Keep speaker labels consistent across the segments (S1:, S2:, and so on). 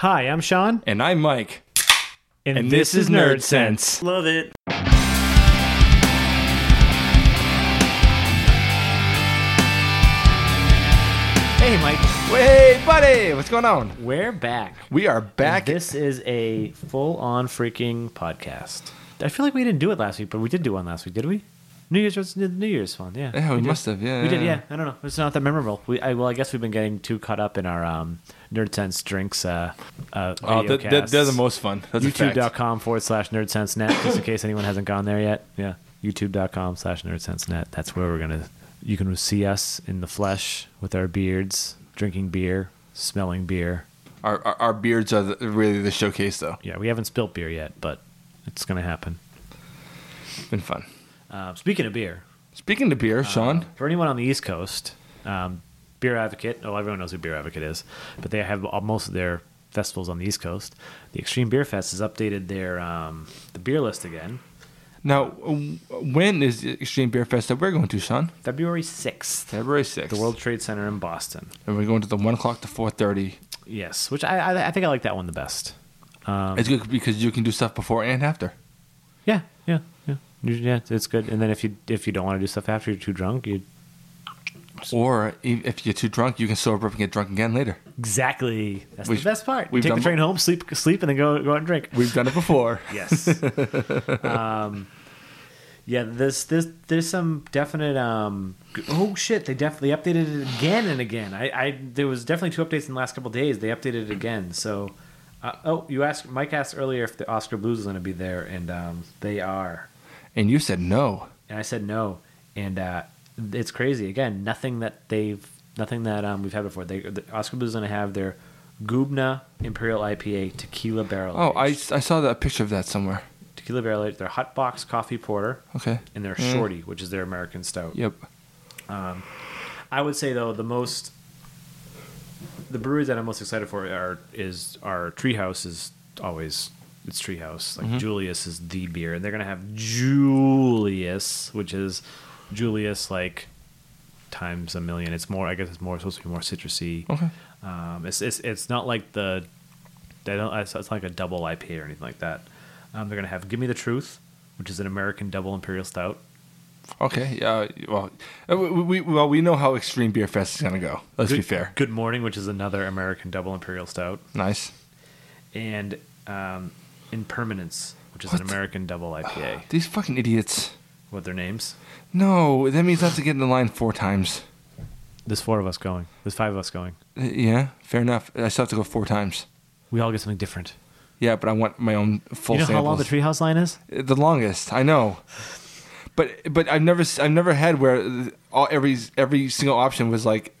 S1: Hi, I'm Sean,
S2: And I'm Mike.
S1: and,
S2: And this, is Nerd Sense.
S3: Love it.
S1: Hey, Mike,
S2: Hey, buddy, what's going on?
S1: we're back.
S2: We are back.
S1: This is a full-on freaking podcast. I feel like we didn't do it last week, but we did do one last week, did we? New Year's was the New Year's one, yeah.
S2: yeah, we,
S1: did.
S2: must have. Yeah,
S1: We did, yeah. I don't know. It's not that memorable. We, I, well, I guess we've been getting too caught up in our um, Nerd Sense drinks. Uh, uh,
S2: Oh, that, that,
S1: videocasts.
S2: they're the most fun. That's a fact.
S1: YouTube.com forward slash nerdsensenet, just in case anyone hasn't gone there yet. Yeah. YouTube.com slash nerdsensenet. That's where we're going to, you can see us in the flesh with our beards, drinking beer, smelling beer.
S2: Our, our, our beards are the, really the showcase, though.
S1: Yeah, we haven't spilt beer yet, but it's going to happen.
S2: It's been fun.
S1: Uh, speaking of beer,
S2: Speaking to beer, Sean,
S1: for anyone on the East Coast, um, Beer Advocate, oh, everyone knows who Beer Advocate is, but they have all- most of their festivals on the East Coast. The Extreme Beer Fest has updated their um, the beer list again.
S2: now w- when is the Extreme Beer Fest that we're going to, Sean?
S1: February 6th,
S2: February sixth.
S1: the World Trade Center in Boston.
S2: and we're going to the one o'clock to four thirty.
S1: Yes, which I, I I think I like that one the best.
S2: it's good because you can do stuff before and after.
S1: Yeah, yeah, yeah. You- Yeah, it's good. And then if you if you don't want to do stuff after you're too drunk, you
S2: Or if if you're too drunk, you can sober up and get drunk again later.
S1: exactly that's
S2: We've-
S1: the best part.
S2: we've
S1: Take the
S2: done-
S1: train home, sleep sleep, and then go go out and drink.
S2: We've done it before.
S1: Yes. um, yeah, this this there's some definite. Um, g- oh shit! They definitely updated it again and again. I, I there was definitely two updates in the last couple of days. They updated it again. So, uh, oh, you asked Mike asked earlier if the Oscar Blues was going to be there, and um, they are.
S2: and you said no.
S1: and I said no. And uh, it's crazy. Again, nothing that they've, nothing that um, we've had before. They the Oscar Blues going to have their Gubna Imperial IPA tequila barrel.
S2: Oh, I, I
S1: aged.
S2: saw that picture of that somewhere.
S1: tequila barrel aged, their hot box coffee porter,
S2: Okay.
S1: and their
S2: Mm.
S1: shorty, which is their American stout.
S2: Yep.
S1: I would say though the most, the breweries that I'm most excited for are is our Treehouse is always. It's Treehouse.
S2: Mm-hmm.
S1: Like Julius is the beer, and they're gonna have Julius, which is Julius like times a million. It's more. I guess it's more supposed to be more citrusy.
S2: Okay.
S1: Um, it's, it's it's not like the they don't. It's it's not like a double IPA or anything like that. Um, they're gonna have Give Me the Truth, which is an American double imperial stout.
S2: Okay. Yeah. Well, uh, we, we well we know how Extreme Beer Fest is gonna go. Let's
S1: good,
S2: be fair.
S1: Good Morning, which is another American double imperial stout,
S2: Nice.
S1: and um, Impermanence, which is an
S2: What?
S1: American double IPA.
S2: These fucking idiots.
S1: what are their names?
S2: No, that means I have to get in the line four times.
S1: There's four of us going. There's five of us going.
S2: Uh, Yeah, fair enough. I still have to go four times.
S1: We all get something different.
S2: Yeah, but I want my own full.
S1: you know how long the
S2: samples.
S1: Treehouse line is?
S2: Uh, the longest. I know. But but I've never s- I've never had where th- all every every single option was like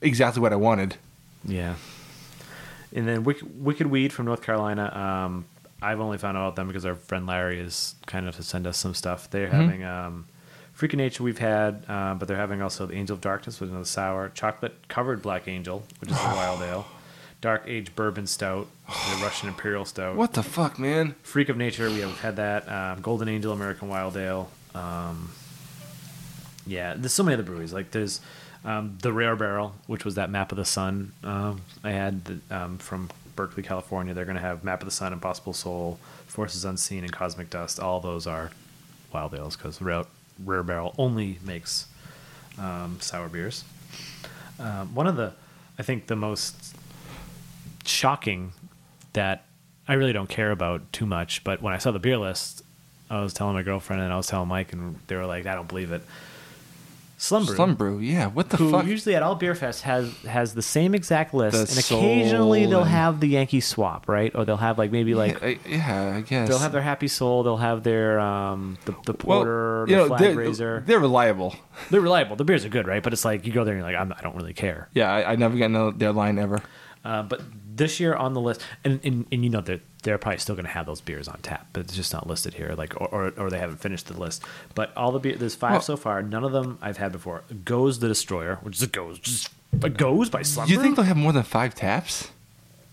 S2: exactly what I wanted.
S1: Yeah. And then Wick- Wicked Weed from North Carolina. Um, I've only found out about them because our friend Larry is kind enough to send us some stuff. They're
S2: Mm-hmm.
S1: having um, Freaking Nature we've had, uh, but they're having also the Angel of Darkness with another sour, chocolate covered Black Angel, which is a wild ale, dark aged bourbon stout, the Russian Imperial stout.
S2: What the fuck, man?
S1: Freak of Nature, we have had that. Um, Golden Angel, American Wild Ale. Um, yeah, there's so many other breweries. Like there's um, the Rare Barrel, which was that Map of the Sun um, I had that, um, from Berkeley, California. They're going to have Map of the Sun, Impossible Soul, Forces Unseen, and Cosmic Dust. All those are wild ales because Rare, Rare Barrel only makes um, sour beers. Um, one of the, I think, the most shocking that I really don't care about too much. But when I saw the beer list, I was telling my girlfriend and I was telling Mike, and they were like, "I don't believe it." Slumber,
S2: Slum brew. Yeah. What the
S1: who
S2: fuck?
S1: usually at all beer fests has has the same exact list,
S2: The
S1: and occasionally
S2: soul
S1: they'll
S2: and-
S1: have the Yankee swap, right? Or they'll have like maybe like.
S2: yeah, I, yeah, I guess
S1: They'll have their happy soul. They'll have their um the, the
S2: Well,
S1: porter,
S2: you
S1: the
S2: know,
S1: flag
S2: they're,
S1: raiser.
S2: They're reliable.
S1: They're reliable. The beers are good, right? But it's like you go there and you're like, I'm, I don't really care.
S2: Yeah, I, I never got in their line ever.
S1: Uh, but this year on the list, and, and, and you know they're they're probably still going to have those beers on tap, but it's just not listed here, like or, or, or they haven't finished the list. But all the beer, there's five
S2: Well-
S1: so far. None of them I've had before. Goes the Destroyer, which is a goes, just a goes by Slumber.
S2: You think they'll have more than five taps?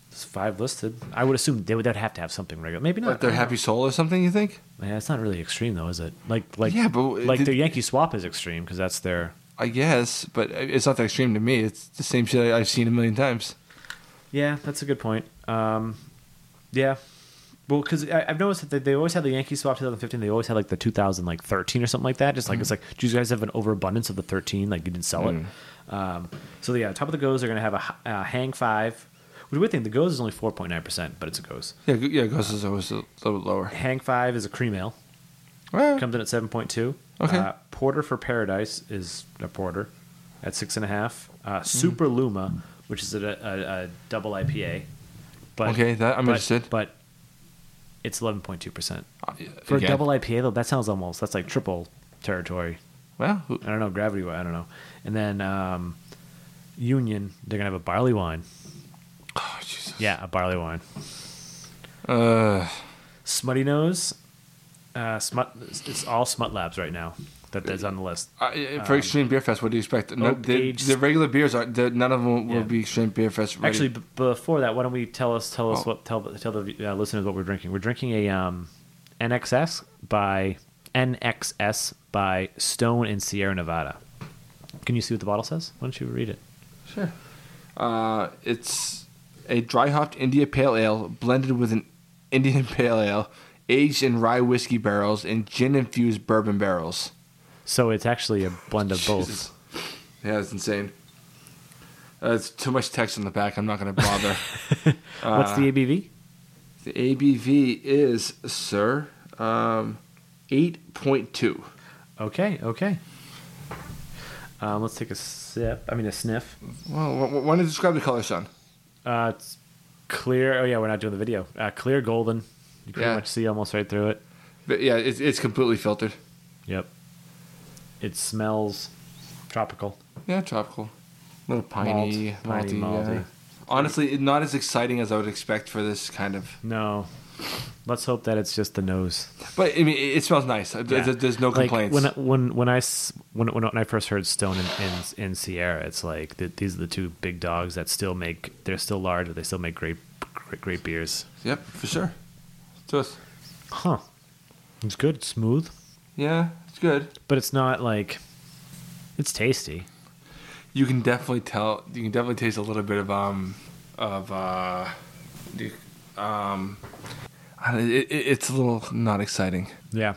S1: there's five listed? I would assume they would they'd have to have something regular. Maybe not.
S2: Like their
S1: I don't
S2: happy soul or something? You think?
S1: know. Yeah, it's not really extreme though, is it? Like like
S2: Yeah, but w-
S1: like
S2: did-
S1: their Yankee Swap is extreme because that's their
S2: I guess, but it's not that extreme to me. It's the same shit I- I've seen a million times.
S1: Yeah, that's a good point. Um, yeah. Well, because I've noticed that they, they always had the Yankees swap 2015. They always had like the 2013 or something like that. Just like
S2: Mm-hmm.
S1: it's like, do you guys have an overabundance of the 13? Like you didn't sell
S2: Mm-hmm.
S1: it. Um, so yeah, top of the goes are going to have a h- uh, hang five. Which we would think the goes is only 4.9 percent, but it's a goes.
S2: Yeah, Go- yeah, Ghost is always a little bit lower.
S1: Hang five is a cream ale.
S2: Well,
S1: Comes in at 7.2.
S2: Okay.
S1: Uh, porter for Paradise is a porter at six and a half. Uh, Super
S2: Mm.
S1: Luma, which is a, a, a double IPA. But,
S2: Okay, that- I'm
S1: but-
S2: interested.
S1: But it's 11.2 percent
S2: uh,
S1: for a
S2: again.
S1: double IPA though. That sounds almost that's like triple territory.
S2: Well, who-
S1: I don't know gravity. I don't know. And then um, Union, they're gonna have a barley wine.
S2: oh, Jesus.
S1: Yeah, a barley wine.
S2: Uh,
S1: Smutty Nose, uh, smut. It's all Smut Labs right now. That that's on the list.
S2: I, for Extreme Beer Fest, what do you expect? No,
S1: Um, oak
S2: the,
S1: aged-
S2: the regular beers are the, none of them will
S1: Yeah.
S2: be Extreme Beer Fest. Ready.
S1: Actually, b- before that, why don't we tell us tell us
S2: Oh.
S1: what tell tell the uh, listeners what we're drinking? We're drinking a um, NXS by NXS by Stone in Sierra Nevada. Can you see what the bottle says? Why don't you read it?
S2: Sure. Uh, it's a dry hopped India Pale Ale blended with an Indian Pale Ale, aged in rye whiskey barrels and gin infused bourbon barrels.
S1: So it's actually a blend of both.
S2: Jesus. Yeah, that's insane. Uh, it's too much text on the back. I'm not going to bother.
S1: What's
S2: Uh,
S1: the ABV?
S2: the ABV is, sir, um, 8.2.
S1: Okay, okay. Um, let's take a sip. I mean, a sniff.
S2: Well, wh- wh- why don't you describe the color, son?
S1: Uh, it's clear. Oh yeah, we're not doing the video. Uh, clear golden. You pretty
S2: Yeah.
S1: much see almost right through it.
S2: But yeah, it's, it's completely filtered.
S1: Yep. It smells tropical.
S2: Yeah, tropical. A little piney,
S1: Malt, piney,
S2: malty.
S1: malty.
S2: yeah. Honestly, it- not as exciting as I would expect for this kind of.
S1: No. Let's hope that it's just the nose.
S2: But I mean, it, it smells nice. There-
S1: Yeah.
S2: there- There's no
S1: Like,
S2: complaints.
S1: when I- when when I s- when when, when I first heard Stone and in, in, Sierra, it's like th these are the two big dogs that still make. They're still large, but they still make great great, great beers.
S2: yep, for sure. So it's,
S1: Huh. It's good, it's smooth,
S2: yeah, it's good.
S1: but it's not like it's tasty.
S2: You can definitely tell. You can definitely taste a little bit of um, of uh, the- um, I don't- it, it, it's a little not exciting.
S1: Yeah.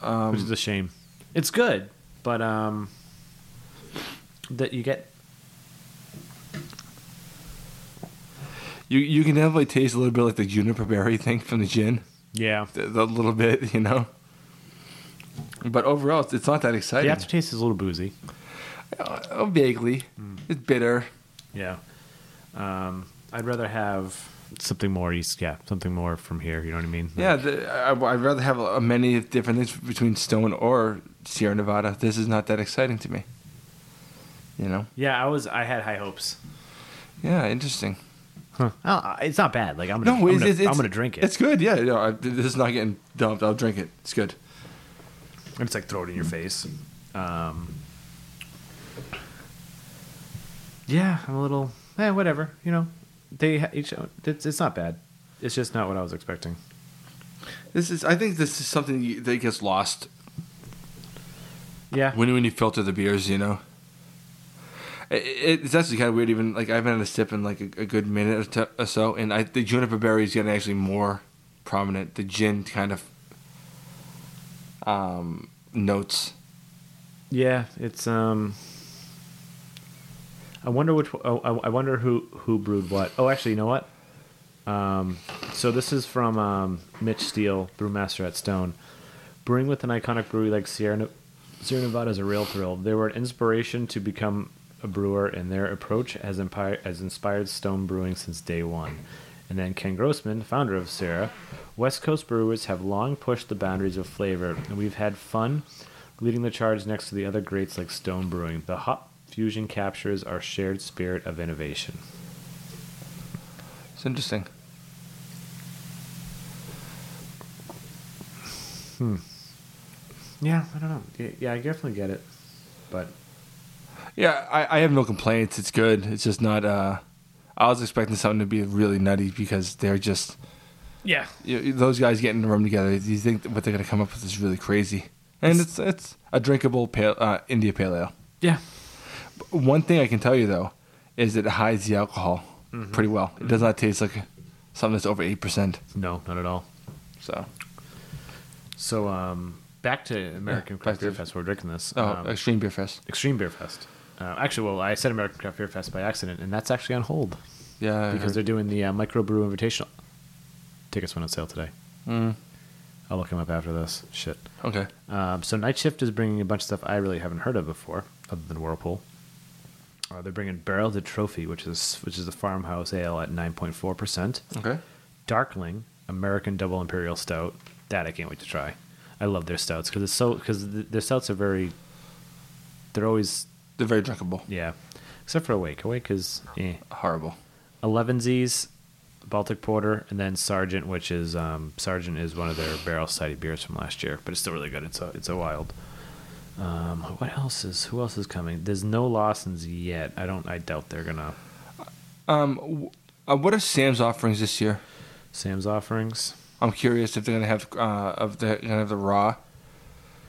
S2: Um,
S1: Which is a shame. It's good, but um that you get
S2: You you can definitely taste a little bit like the juniper berry thing from the gin.
S1: yeah.
S2: The, the little bit, you know. But overall, it's, it's not that
S1: The
S2: exciting.
S1: aftertaste is a little boozy.
S2: Oh, vaguely. It's bitter.
S1: Hmm. Yeah. Um I'd rather have something more east yeah, something more from here, you know what I mean?
S2: Yeah, the, I, I'd rather have a, many different things between Stone or Sierra Nevada. This is not that exciting to me. You know?
S1: Yeah, I was I had high hopes.
S2: Yeah, interesting.
S1: Huh. I- it's not bad. Like I'm gonna,
S2: No,
S1: I'm,
S2: it's,
S1: gonna
S2: it's, it's
S1: I'm gonna drink it.
S2: It's good. Yeah, no, I, this is not getting dumped. I'll drink it. It's good.
S1: it's like throw it in your face. Um, yeah, I'm a little. Eh, whatever. You know, they ha- each. It's, it's not bad. It's just not what I was expecting.
S2: This is. I think this is something you- that gets lost
S1: Yeah.
S2: when when you filter the beers. You know. It- it- It's actually kind of weird. Even like I haven't had a sip in like a, a good minute or, t- or so, and I the juniper berry is getting actually more prominent. The gin kind of um, notes.
S1: Yeah. It's um. I wonder which. Oh, I, I wonder who who brewed what. Oh, actually, you know what? Um, so this is from um, Mitch Steele, brewmaster at Stone. Brewing with an iconic brewery like Sierra, Ne- Sierra Nevada is a real thrill. They were an inspiration to become a brewer, and their approach has, empire, has inspired Stone Brewing since day one. And then Ken Grossman, founder of Sierra, West Coast brewers have long pushed the boundaries of flavor, and we've had fun leading the charge next to the other greats like Stone Brewing. The hop fusion captures our shared spirit of innovation.
S2: It's interesting.
S1: Yeah, I don't know. Yeah, yeah, I definitely get it, but
S2: Yeah, I, I have no complaints. It's good. It's just not. Uh, I was expecting something to be really nutty because they're just
S1: yeah,
S2: you you- those guys get in the room together. You think that what they're gonna come up with is really crazy, and it's it's a drinkable pale uh, India Pale Ale.
S1: yeah,
S2: One thing I can tell you though is it hides the alcohol. pretty well. It does not taste like something that's over eight percent.
S1: No, not at all.
S2: So
S1: So um, back to American
S2: back
S1: Craft Beer
S2: to-
S1: Fest. We're drinking this.
S2: oh,
S1: um,
S2: extreme beer fest.
S1: Extreme Beer Fest. Uh, actually, well, I said American Craft Beer Fest by accident, and that's actually on hold
S2: Yeah, I
S1: because they're
S2: heard.
S1: doing the uh, microbrew invitational. Tickets went on sale today.
S2: Mm,
S1: I'll look them up after this. Shit.
S2: okay.
S1: Um, so Night Shift is bringing a bunch of stuff I really haven't heard of before, other than Whirlpool. Uh, they're bringing Barrel to Trophy, which is which is a farmhouse ale at nine point four percent.
S2: Okay.
S1: Darkling American Double Imperial Stout. That I can't wait to try. I love their stouts because it's so because th- their stouts are very. They're always
S2: They're very drinkable.
S1: yeah, except for Awake. Awake is eh.
S2: Horrible.
S1: Eleven Z's, Baltic Porter, and then Sergeant, which is um, Sergeant is one of their Barrel Society beers from last year, but it's still really good. It's a, it's a wild. Um, what else is who else is coming? There's no Lawson's yet. I don't. I doubt they're gonna.
S2: Um, w- uh, what are Sam's offerings this year?
S1: Sam's offerings.
S2: I'm curious if they're gonna have uh, if they're gonna have the raw,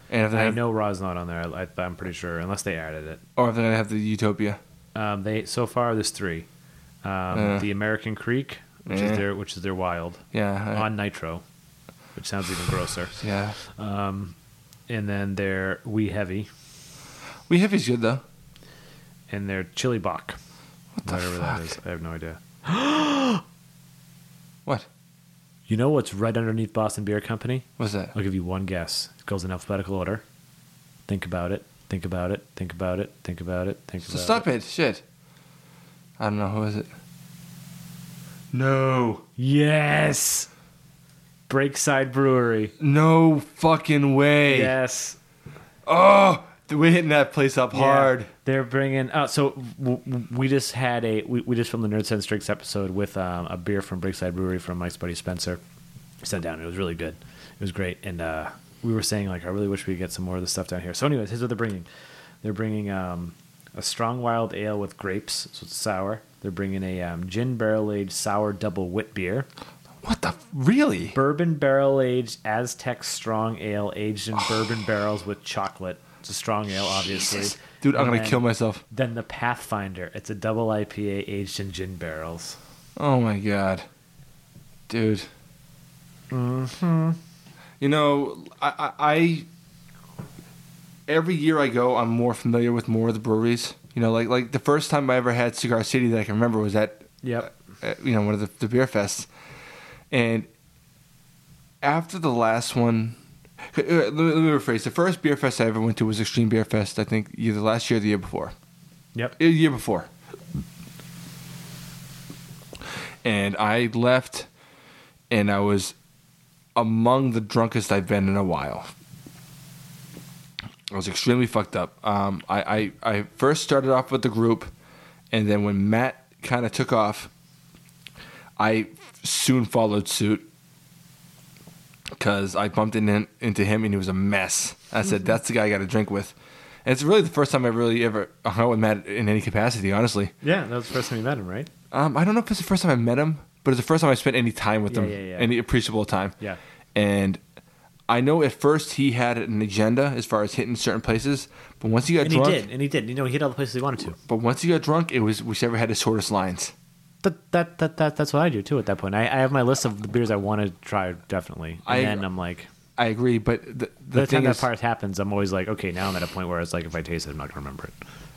S2: and if they
S1: I
S2: have,
S1: know Ra's not on there. I, I, I'm pretty sure, unless they added it.
S2: or if they're gonna have the Utopia.
S1: Um, they so far there's three. Um,
S2: Yeah.
S1: The American Creek, which
S2: Uh. Yeah. Uh.
S1: is their which is their wild
S2: Yeah. Oh, I-
S1: on nitro, which sounds even grosser.
S2: yeah.
S1: And then their We Heavy
S2: We have is good though.
S1: and their Chili Bach,
S2: the
S1: whatever that
S2: fuck?
S1: is. I have no idea.
S2: What?
S1: You know what's right underneath Boston Beer Company?
S2: What's that?
S1: I'll give you one guess. It goes in alphabetical order. Think about it. Think about it. Think about it. Think about it. Think
S2: So
S1: about
S2: stop
S1: it.
S2: it. Shit. I don't know. Who is it? No.
S1: Yes. Breakside Brewery.
S2: No fucking way.
S1: Yes.
S2: Oh, we're hitting that place up hard.
S1: Yeah, they're bringing. Uh, so w- w- we just had a we, we just filmed the Nerd Sense Drinks episode with um, a beer from Breakside Brewery from Mike's buddy Spencer. Sent down. It was really good. It was great. And uh, we were saying like, I really wish we could get some more of this stuff down here. So, anyways, here's what they're bringing. They're bringing um, a strong wild ale with grapes, so it's sour. They're bringing a um, gin barrel aged sour double wit beer,
S2: What the? f- Really?
S1: bourbon barrel aged Aztec strong ale aged in bourbon barrels with chocolate. It's a strong ale, obviously.
S2: Dude, I'm
S1: And
S2: going to
S1: then-
S2: kill myself.
S1: then the Pathfinder. It's a double IPA aged in gin barrels.
S2: Oh, my God. Dude. Mm-hmm. You know, I, I, I. Every year I go, I'm more familiar with more of the breweries. You know, like like the first time I ever had Cigar City that I can remember was at
S1: Yep.
S2: at, you know one of the, the beer fests, and after the last one, uh, let me, let me rephrase. The first beer fest I ever went to was Extreme Beer Fest. I think either last year or the year before.
S1: Yep.
S2: A year before. And I left, and I was among the drunkest I've been in a while. I was extremely fucked up. Um, I, I, I first started off with the group, and then when Matt kind of took off, I soon followed suit because I bumped in, into him and he was a mess. I said, "That's the guy I got to drink with." And it's really the first time I really ever hung out with Matt in any capacity. Honestly,
S1: Yeah, that was the first time you met him, right?
S2: um, I don't know if it's the first time I met him, but it's the first time I spent any time with
S1: Yeah,
S2: him,
S1: yeah, yeah.
S2: any appreciable time.
S1: Yeah.
S2: And I know at first he had an agenda as far as hitting certain places, but once he got
S1: And
S2: drunk,
S1: he did, and he did. You know, he hit all the places he wanted to.
S2: but once he got drunk, it was whichever had the shortest lines.
S1: That, that, that, that, that's what I do too at that point. I, I have my list of the beers I want to try, definitely. And
S2: I-
S1: then I'm like,
S2: I agree, but the,
S1: by
S2: the
S1: the
S2: thing
S1: time that
S2: is,
S1: part happens, I'm always like, okay, now I'm at a point where it's like, if I taste it, I'm not going to remember it.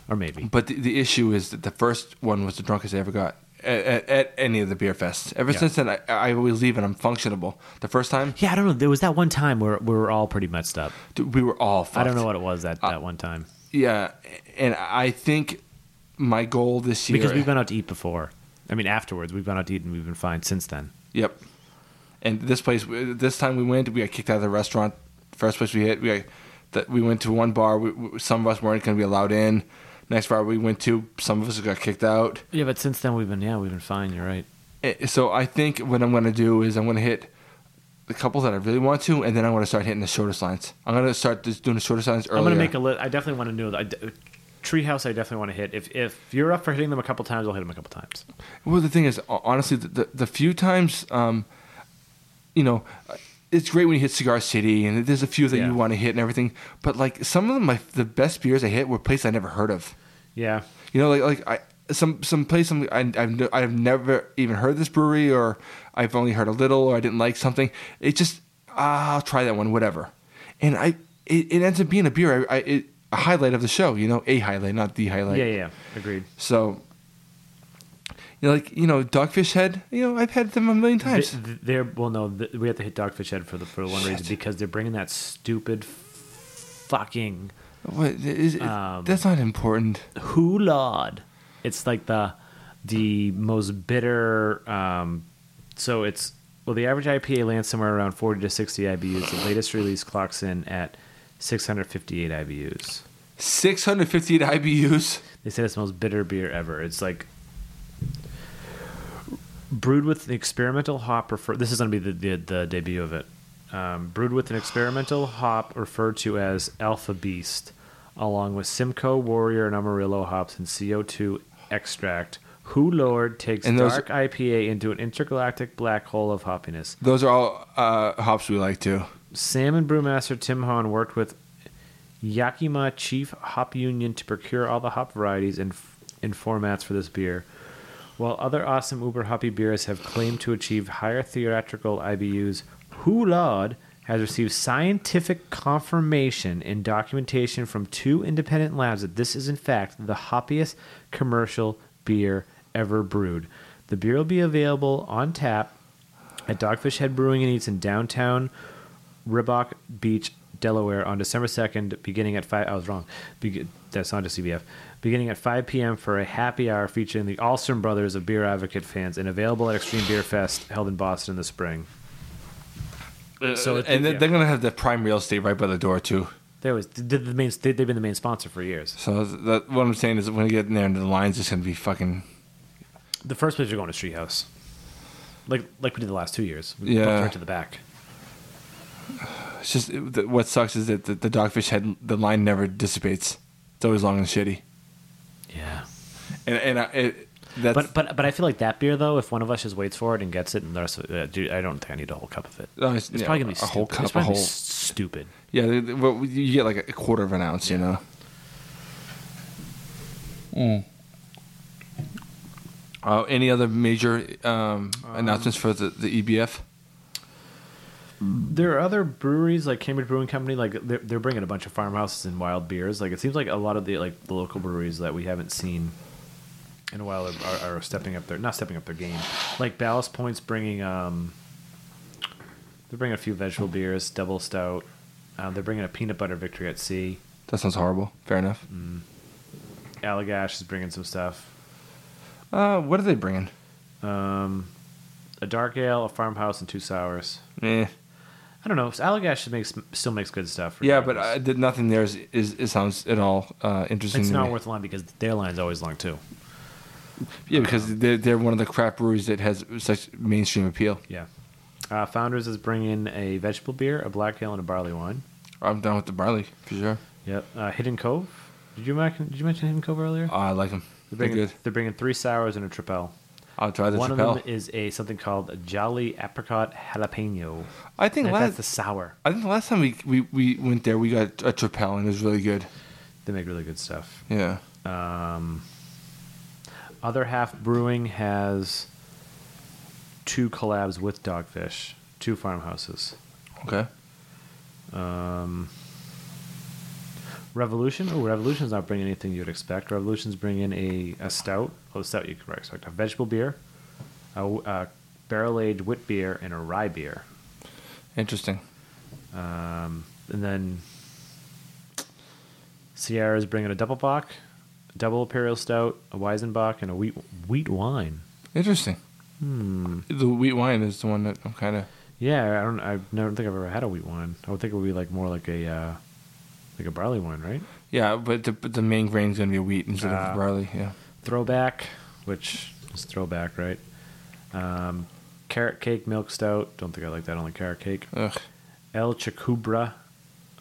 S1: Or maybe.
S2: But the, the issue is that the first one was the drunkest I ever got at, at, at any of the beer fests. Ever
S1: Yeah.
S2: since then, I, I always leave and I'm functionable. The first time,
S1: Yeah, I don't know. There was that one time where we were all pretty messed up.
S2: dude, we were all fucked.
S1: I don't know what it was that, that one time.
S2: Yeah, and I think my goal this year.
S1: Because we've gone out to eat before. I mean, afterwards, we've gone out to eat and we've been fine since then.
S2: Yep. And this place, this time we went, we got kicked out of the restaurant. First place we hit, we got, that we went to one bar. We, we- some of us weren't going to be allowed in. Next bar we went to, some of us got kicked out.
S1: Yeah, but since then we've been yeah we've been fine. You're right.
S2: Eh, So I think what I'm going to do is I'm going to hit the couple that I really want to, and then I'm going to start hitting the shortest lines. I'm going to start just doing the shortest lines earlier.
S1: I'm gonna make a list. I definitely want to know. I d- Treehouse, I definitely want to hit. If if you're up for hitting them a couple times, I'll hit them a couple times.
S2: Well, the thing is, ho- honestly, the the, the few times, um, you know, it's great when you hit Cigar City, and there's a few that
S1: Yeah.
S2: you want to hit and everything. But like some of them, my the best beers I hit were places I never heard of.
S1: Yeah,
S2: You know, like like I some some place some I, I've no- I've never even heard this brewery or I've only heard a little or I didn't like something. It just ah, I'll try that one, whatever. And I it, it ends up being a beer. I, I it, a highlight of the show, you know, a highlight, not the highlight.
S1: yeah, yeah, agreed.
S2: So. You know, like you know, Dogfish Head. You know, I've had them a million times.
S1: Th- th- They're well, no, th- we have to hit Dogfish Head for the for one reason
S2: Shit.
S1: because they're bringing that stupid fucking
S2: What is it,
S1: Um,
S2: That's not important.
S1: hulad. It's like the the most bitter. Um, so it's well, the average IPA lands somewhere around forty to sixty IBUs. The latest release clocks in at six hundred fifty-eight IBUs.
S2: 658 IBUs.
S1: They said it's the most bitter beer ever. It's like brewed with an experimental hop. Refer- this is going to be the, the the debut of it. Um, brewed with an experimental hop referred to as Alpha Beast, along with Simcoe Warrior and Amarillo hops and CO2 extract. Who Lord takes
S2: And those-
S1: dark IPA into an intergalactic black hole of hoppiness.
S2: Those are all uh, hops we like too.
S1: Salmon brewmaster Tim Hahn worked with Yakima Chief Hop Union to procure all the hop varieties and, and formats for this beer. While other awesome uber hoppy beers have claimed to achieve higher theatrical IBUs, Hulad has received scientific confirmation and documentation from two independent labs that this is in fact the hoppiest commercial beer ever brewed. The beer will be available on tap at Dogfish Head Brewing and Eats in downtown Ribbok Beach, Delaware, on December second, beginning at five. I was wrong. Beg that's not a CBF. Beginning at five p.m. for a happy hour featuring the Alstrom brothers of beer advocate fans, and available at Extreme Beer Fest held in Boston this spring. So it-
S2: and they're,
S1: yeah.
S2: they're gonna have the prime real estate right by the door too.
S1: There was they- they've been they've been the main sponsor for years.
S2: So that, what I'm saying is, when you get in there, the line's just gonna be fucking.
S1: The first place you're going to Street House, like like we did the last two years. We
S2: Yeah.
S1: booked right to the back.
S2: It's just the, what sucks is that the, the dogfish head the line never dissipates. It's always long and shitty.
S1: Yeah.
S2: And and I, it, that's
S1: But but but I feel like that beer though, if one of us just waits for it and gets it, and the rest of it, uh, dude, I don't think I need a whole cup of it.
S2: no, oh, it's,
S1: It's
S2: yeah,
S1: probably gonna be
S2: a whole
S1: stupid.
S2: cup,
S1: It's
S2: a
S1: probably
S2: whole
S1: gonna be stupid.
S2: yeah. they- they- well, you get like a quarter of an ounce, you know. Mm. Uh, any other major um, announcements for the, E the EBF?
S1: There are other breweries like Cambridge Brewing Company, like they're, they're bringing a bunch of farmhouses and wild beers. Like it seems like a lot of the like the local breweries that we haven't seen in a while are, are, are stepping up their not stepping up their game. Like Ballast Point's bringing um, they're bringing a few vegetable beers, double stout. Um, they're bringing a peanut butter victory at sea.
S2: That sounds horrible. Fair enough.
S1: Allagash is bringing some stuff.
S2: Uh, what are they bringing?
S1: Um, a dark ale, a farmhouse, and two sours.
S2: Eh.
S1: I don't know. Allagash makes still makes good stuff.
S2: Yeah, but
S1: regardless.
S2: I, did nothing there is, is it sounds at all uh, interesting.
S1: it's
S2: to
S1: not
S2: me.
S1: worth a line because their line's always long too.
S2: Yeah, because they're, they're one of the crap breweries that has such mainstream appeal.
S1: Yeah. Uh, Founders is bringing a vegetable beer, a black ale, and a barley wine.
S2: I'm down with the barley for sure.
S1: Yep. Uh, Hidden Cove. Did you mention Did you mention Hidden Cove earlier?
S2: Oh, I like them.
S1: they're
S2: They're
S1: bringing
S2: good.
S1: they're bringing three sours and a tripel.
S2: I'll try the
S1: One
S2: Chappelle.
S1: of them is a something called a Jolly Apricot Jalapeno.
S2: I think
S1: And that's
S2: last
S1: the sour.
S2: I think the last time we, we, we went there, we got a Chappelle and it was really good.
S1: They make really good stuff.
S2: Yeah.
S1: Um, Other Half Brewing has two collabs with Dogfish, two farmhouses.
S2: Okay.
S1: Um, Revolution. Oh, Revolution's not bringing anything you'd expect. Revolution's bringing a, a stout. Oh, stout you could expect. A vegetable beer, a, w- a barrel aged wit beer, and a rye beer.
S2: Interesting.
S1: Um, and then Sierra's bringing a Doppelbock, a double imperial stout, a Weizenbach, and a wheat wheat wine.
S2: Interesting.
S1: Hmm.
S2: The wheat wine is the one that I'm kind of.
S1: Yeah, I don't. I never think I've ever had a wheat wine. I would think it would be like more like a uh, like a barley wine, right?
S2: Yeah, but the, but the main grain's going to be wheat instead
S1: Ah.
S2: of barley. Yeah.
S1: throwback, which is throwback, right? Um, carrot cake, milk stout. Don't think I like that on the carrot cake.
S2: Ugh.
S1: El Chacubra,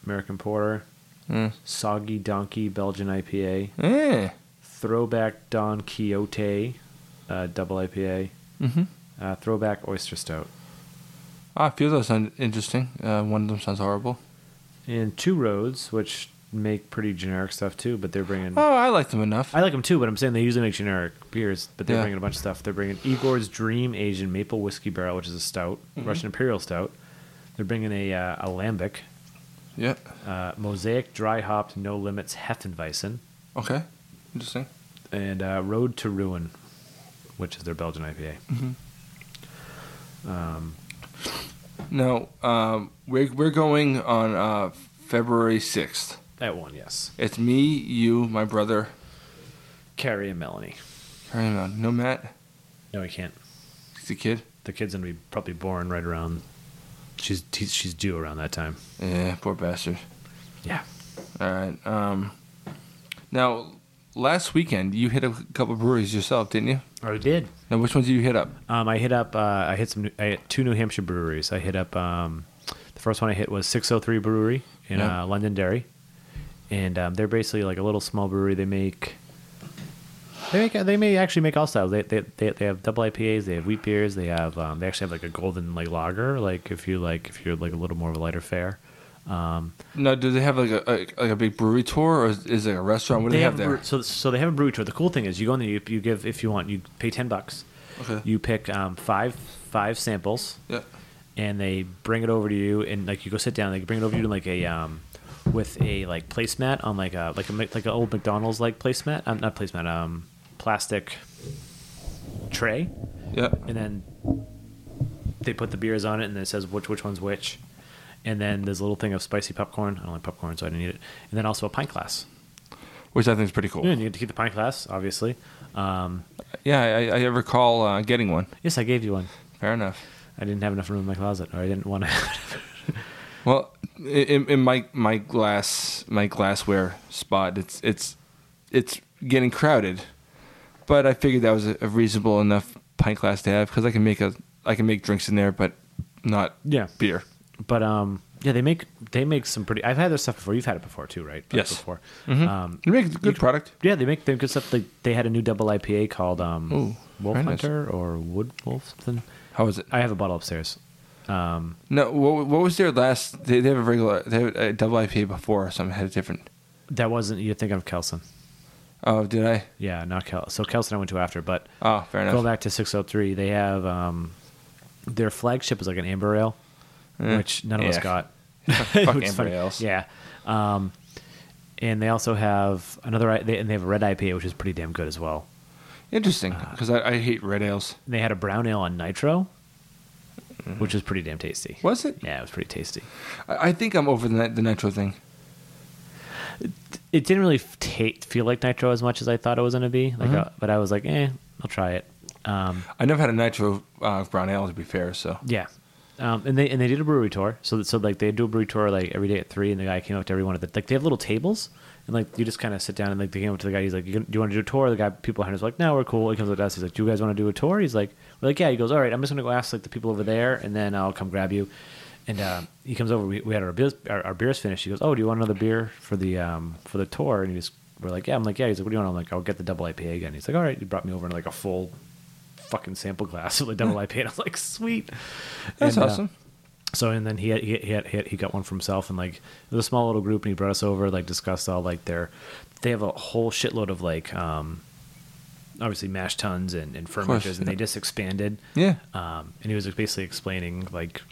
S1: American Porter.
S2: Mm.
S1: Soggy Donkey, Belgian IPA.
S2: Eh.
S1: Throwback Don Quixote, uh, double IPA.
S2: Mm-hmm.
S1: Uh, throwback Oyster Stout.
S2: Ah, a few of those sound interesting. Uh, one of them sounds horrible.
S1: And Two Roads, which make pretty generic stuff too, but they're bringing.
S2: Oh, I liked them enough.
S1: I like them too, but I'm saying they usually make generic beers, but they're
S2: Yeah.
S1: bringing a bunch of stuff. They're bringing Igor's Dream Asian Maple Whiskey Barrel, which is a stout, Russian Imperial Stout. They're bringing a uh, alembic,
S2: yeah.
S1: uh, Mosaic Dry Hopped No Limits Hefeweizen,
S2: Okay. Interesting.
S1: and uh, Road to Ruin, which is their Belgian IPA.
S2: No, um, we're we're going on uh, February sixth.
S1: That one, yes.
S2: It's me, you, my brother.
S1: Carrie and Melanie.
S2: I don't know. No, Matt.
S1: No, we can't.
S2: He's a kid.
S1: The kid's gonna be probably born right around. She's she's due around that time.
S2: Yeah, poor bastard.
S1: Yeah.
S2: All right. Um, now, last weekend you hit a couple breweries yourself, didn't you?
S1: I did.
S2: Now, which ones did you hit up?
S1: Um, I hit up. Uh, I hit some. I hit two New Hampshire breweries. I hit up. Um, the first one I hit was 603 Brewery in
S2: Yeah.
S1: uh, Londonderry, and um, they're basically like a little small brewery. They make. They make. They may actually make all styles. They they they, they have double IPAs. They have wheat beers. They have. Um, they actually have like a golden like lager. Like if you like if you're like a little more of a lighter fare. Um,
S2: No, do they have like a, a like a big brewery tour, or is, is it a restaurant? What do they, have,
S1: a
S2: there?
S1: brew- so so they have a brew tour. The cool thing is you go in there. You, you give if you want. You pay ten bucks.
S2: Okay.
S1: You pick um, five five samples.
S2: yeah.
S1: and they bring it over to you and like you go sit down they bring it over to you in like a um with a like placemat on like a like a Mc- like an old McDonald's like placemat um, not placemat um plastic tray
S2: Yeah.
S1: and then they put the beers on it and then it says which which one's which and then there's a little thing of spicy popcorn I don't like popcorn so I didn't eat it and then also a pint glass
S2: Which I think is pretty cool.
S1: you need to keep the pint glass obviously um
S2: Yeah, I, I recall uh, getting one.
S1: yes I gave you one
S2: Fair enough.
S1: I didn't have enough room in my closet or I didn't want to
S2: Well, in, in my my glass my glassware spot, it's it's it's getting crowded, but I figured that was a, a reasonable enough pint glass to have because I can make a I can make drinks in there, but not
S1: Yeah.
S2: beer.
S1: But um, yeah, they make they make some pretty. I've had their stuff before. You've had it before too, right? Like,
S2: Yes.
S1: Before.
S2: Mhm.
S1: Um,
S2: You make a good product.
S1: yeah, they make they make good stuff. They, they had a new double IPA called um,
S2: Ooh,
S1: Wolf
S2: very nice.
S1: Hunter or Wood Wolf. Something.
S2: How was it?
S1: I have a bottle upstairs. Um,
S2: No, what, what was their last? They, they have a regular they have a double IPA before, so I had a different.
S1: that wasn't. You're thinking of Kelson.
S2: Oh, did I?
S1: Yeah, not Kel. So Kelson, I went to after, but
S2: Oh, fair enough.
S1: go back to 603. They have um, their flagship is like an amber ale,
S2: Eh,
S1: which none of us
S2: yeah.
S1: got.
S2: Fuck
S1: Which is
S2: amber
S1: funny.
S2: ales.
S1: Yeah. Um, and they also have another, I- they, and they have a red IPA, which is pretty damn good as well.
S2: Interesting, because I, I hate red ales.
S1: And they had a brown ale on nitro, which was pretty damn tasty.
S2: Was it?
S1: Yeah, it was pretty tasty.
S2: I, I think I'm over the ni- the nitro thing.
S1: It didn't really f- ta- feel like nitro as much as I thought it was going to be. Like, uh, but I was like, eh, I'll try it. Um,
S2: I never had a nitro uh, brown ale to be fair, so
S1: Yeah. Um, and they and they did a brewery tour, so that, so like they do a brewery tour like every day at three, and the guy came up to everyone at the like they have little tables, and like you just kind of sit down and like they came up to the guy, he's like, you, gonna- do you want to do a tour? The guy people behind us like, no, we're cool. He comes up to us, he's like, do you guys want to do a tour? He's like, we're like, yeah. He goes, all right, I'm just gonna go ask like the people over there, and then I'll come grab you. And um, he comes over. We, we had our beers our, our beers finished. He goes, oh, do you want another beer for the um for the tour? And he just we're like, yeah. I'm like, yeah. He's like, what do you want? I'm like, I'll get the double IPA again. He's like, all right. He brought me over in like a full fucking sample glass of the double IPA. And I was like, sweet.
S2: that's
S1: And, uh,
S2: awesome.
S1: so and then he had, he had, he had, he had- he got one for himself and like it was a small little group and he brought us over like discussed all like their they have a whole shitload of like um obviously mash tuns and, and
S2: course,
S1: fermenters and they
S2: yeah.
S1: just expanded
S2: Yeah.
S1: um and he was basically explaining like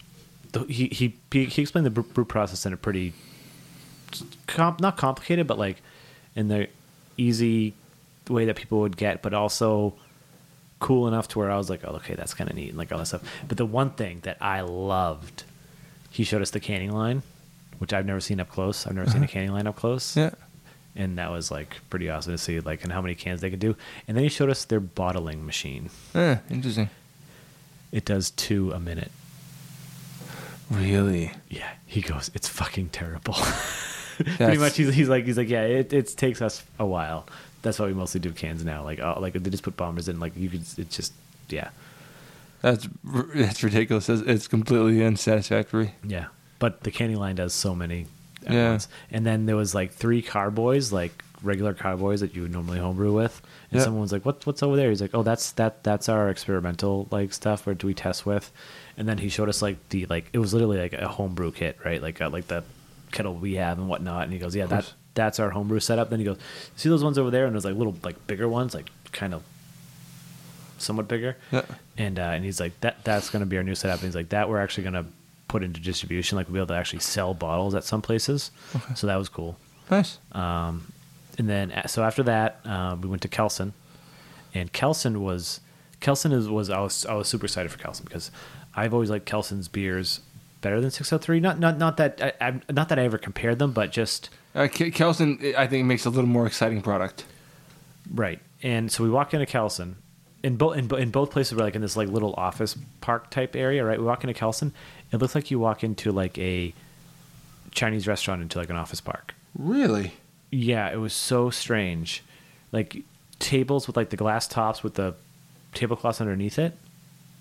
S1: the, he, he he he explained the brew- brew process in a pretty comp not complicated but like in the easy way that people would get but also cool enough to where I was like, oh, okay, that's kind of neat, and like all that stuff. But the one thing that I loved, he showed us the canning line, which I've never seen up close. I've never seen a canning line up close.
S2: Yeah.
S1: And that was like pretty awesome to see, like, and how many cans they could do. And then he showed us their bottling machine.
S2: Eh, interesting.
S1: It does two a minute.
S2: Really?
S1: Yeah, he goes, it's fucking terrible. Pretty
S2: That's-
S1: much, he's, he's like, he's like, yeah, it, it takes us a while. That's why we mostly do cans now. Like, oh, like they just put bombers in. Like you could, it's just, yeah.
S2: That's r- that's ridiculous. It's, it's completely unsatisfactory.
S1: Yeah, but the candy line does so many. at
S2: Yeah.
S1: once. and then there was like three carboys, like regular carboys that you would normally homebrew with. And
S2: Yeah.
S1: someone was like, "What? What's over there?" He's like, "Oh, that's that. That's our experimental like stuff where do we test with." And then he showed us like the like it was literally like a homebrew kit, right? Like uh, like the kettle we have and whatnot. And he goes, "Yeah, that
S2: course.
S1: that's our homebrew setup. Then he goes, see those ones over there, and there's like little like bigger ones, like kind of somewhat bigger.
S2: Yeah.
S1: And uh, and he's like, that that's going to be our new setup. And he's like, that we're actually going to put into distribution. Like we'll be able to actually sell bottles at some places. So that was cool.
S2: Nice.
S1: Um, and then a- so after that, um, we went to Kelson, and Kelson was Kelson is was I was I was super excited for Kelson because I've always liked Kelson's beers better than 603. Not not not that I, I'm not that I ever compared them, but just
S2: Uh, Ke- Kelson, I think, makes a little more exciting product.
S1: Right. And so we walk into Kelson. In both in, bo- in both places we're like in this like little office park type area, right? We walk into Kelson. It looks like you walk into like a Chinese restaurant into like an office park.
S2: Really?
S1: Yeah, it was so strange. Like tables with like the glass tops with the tablecloths underneath it,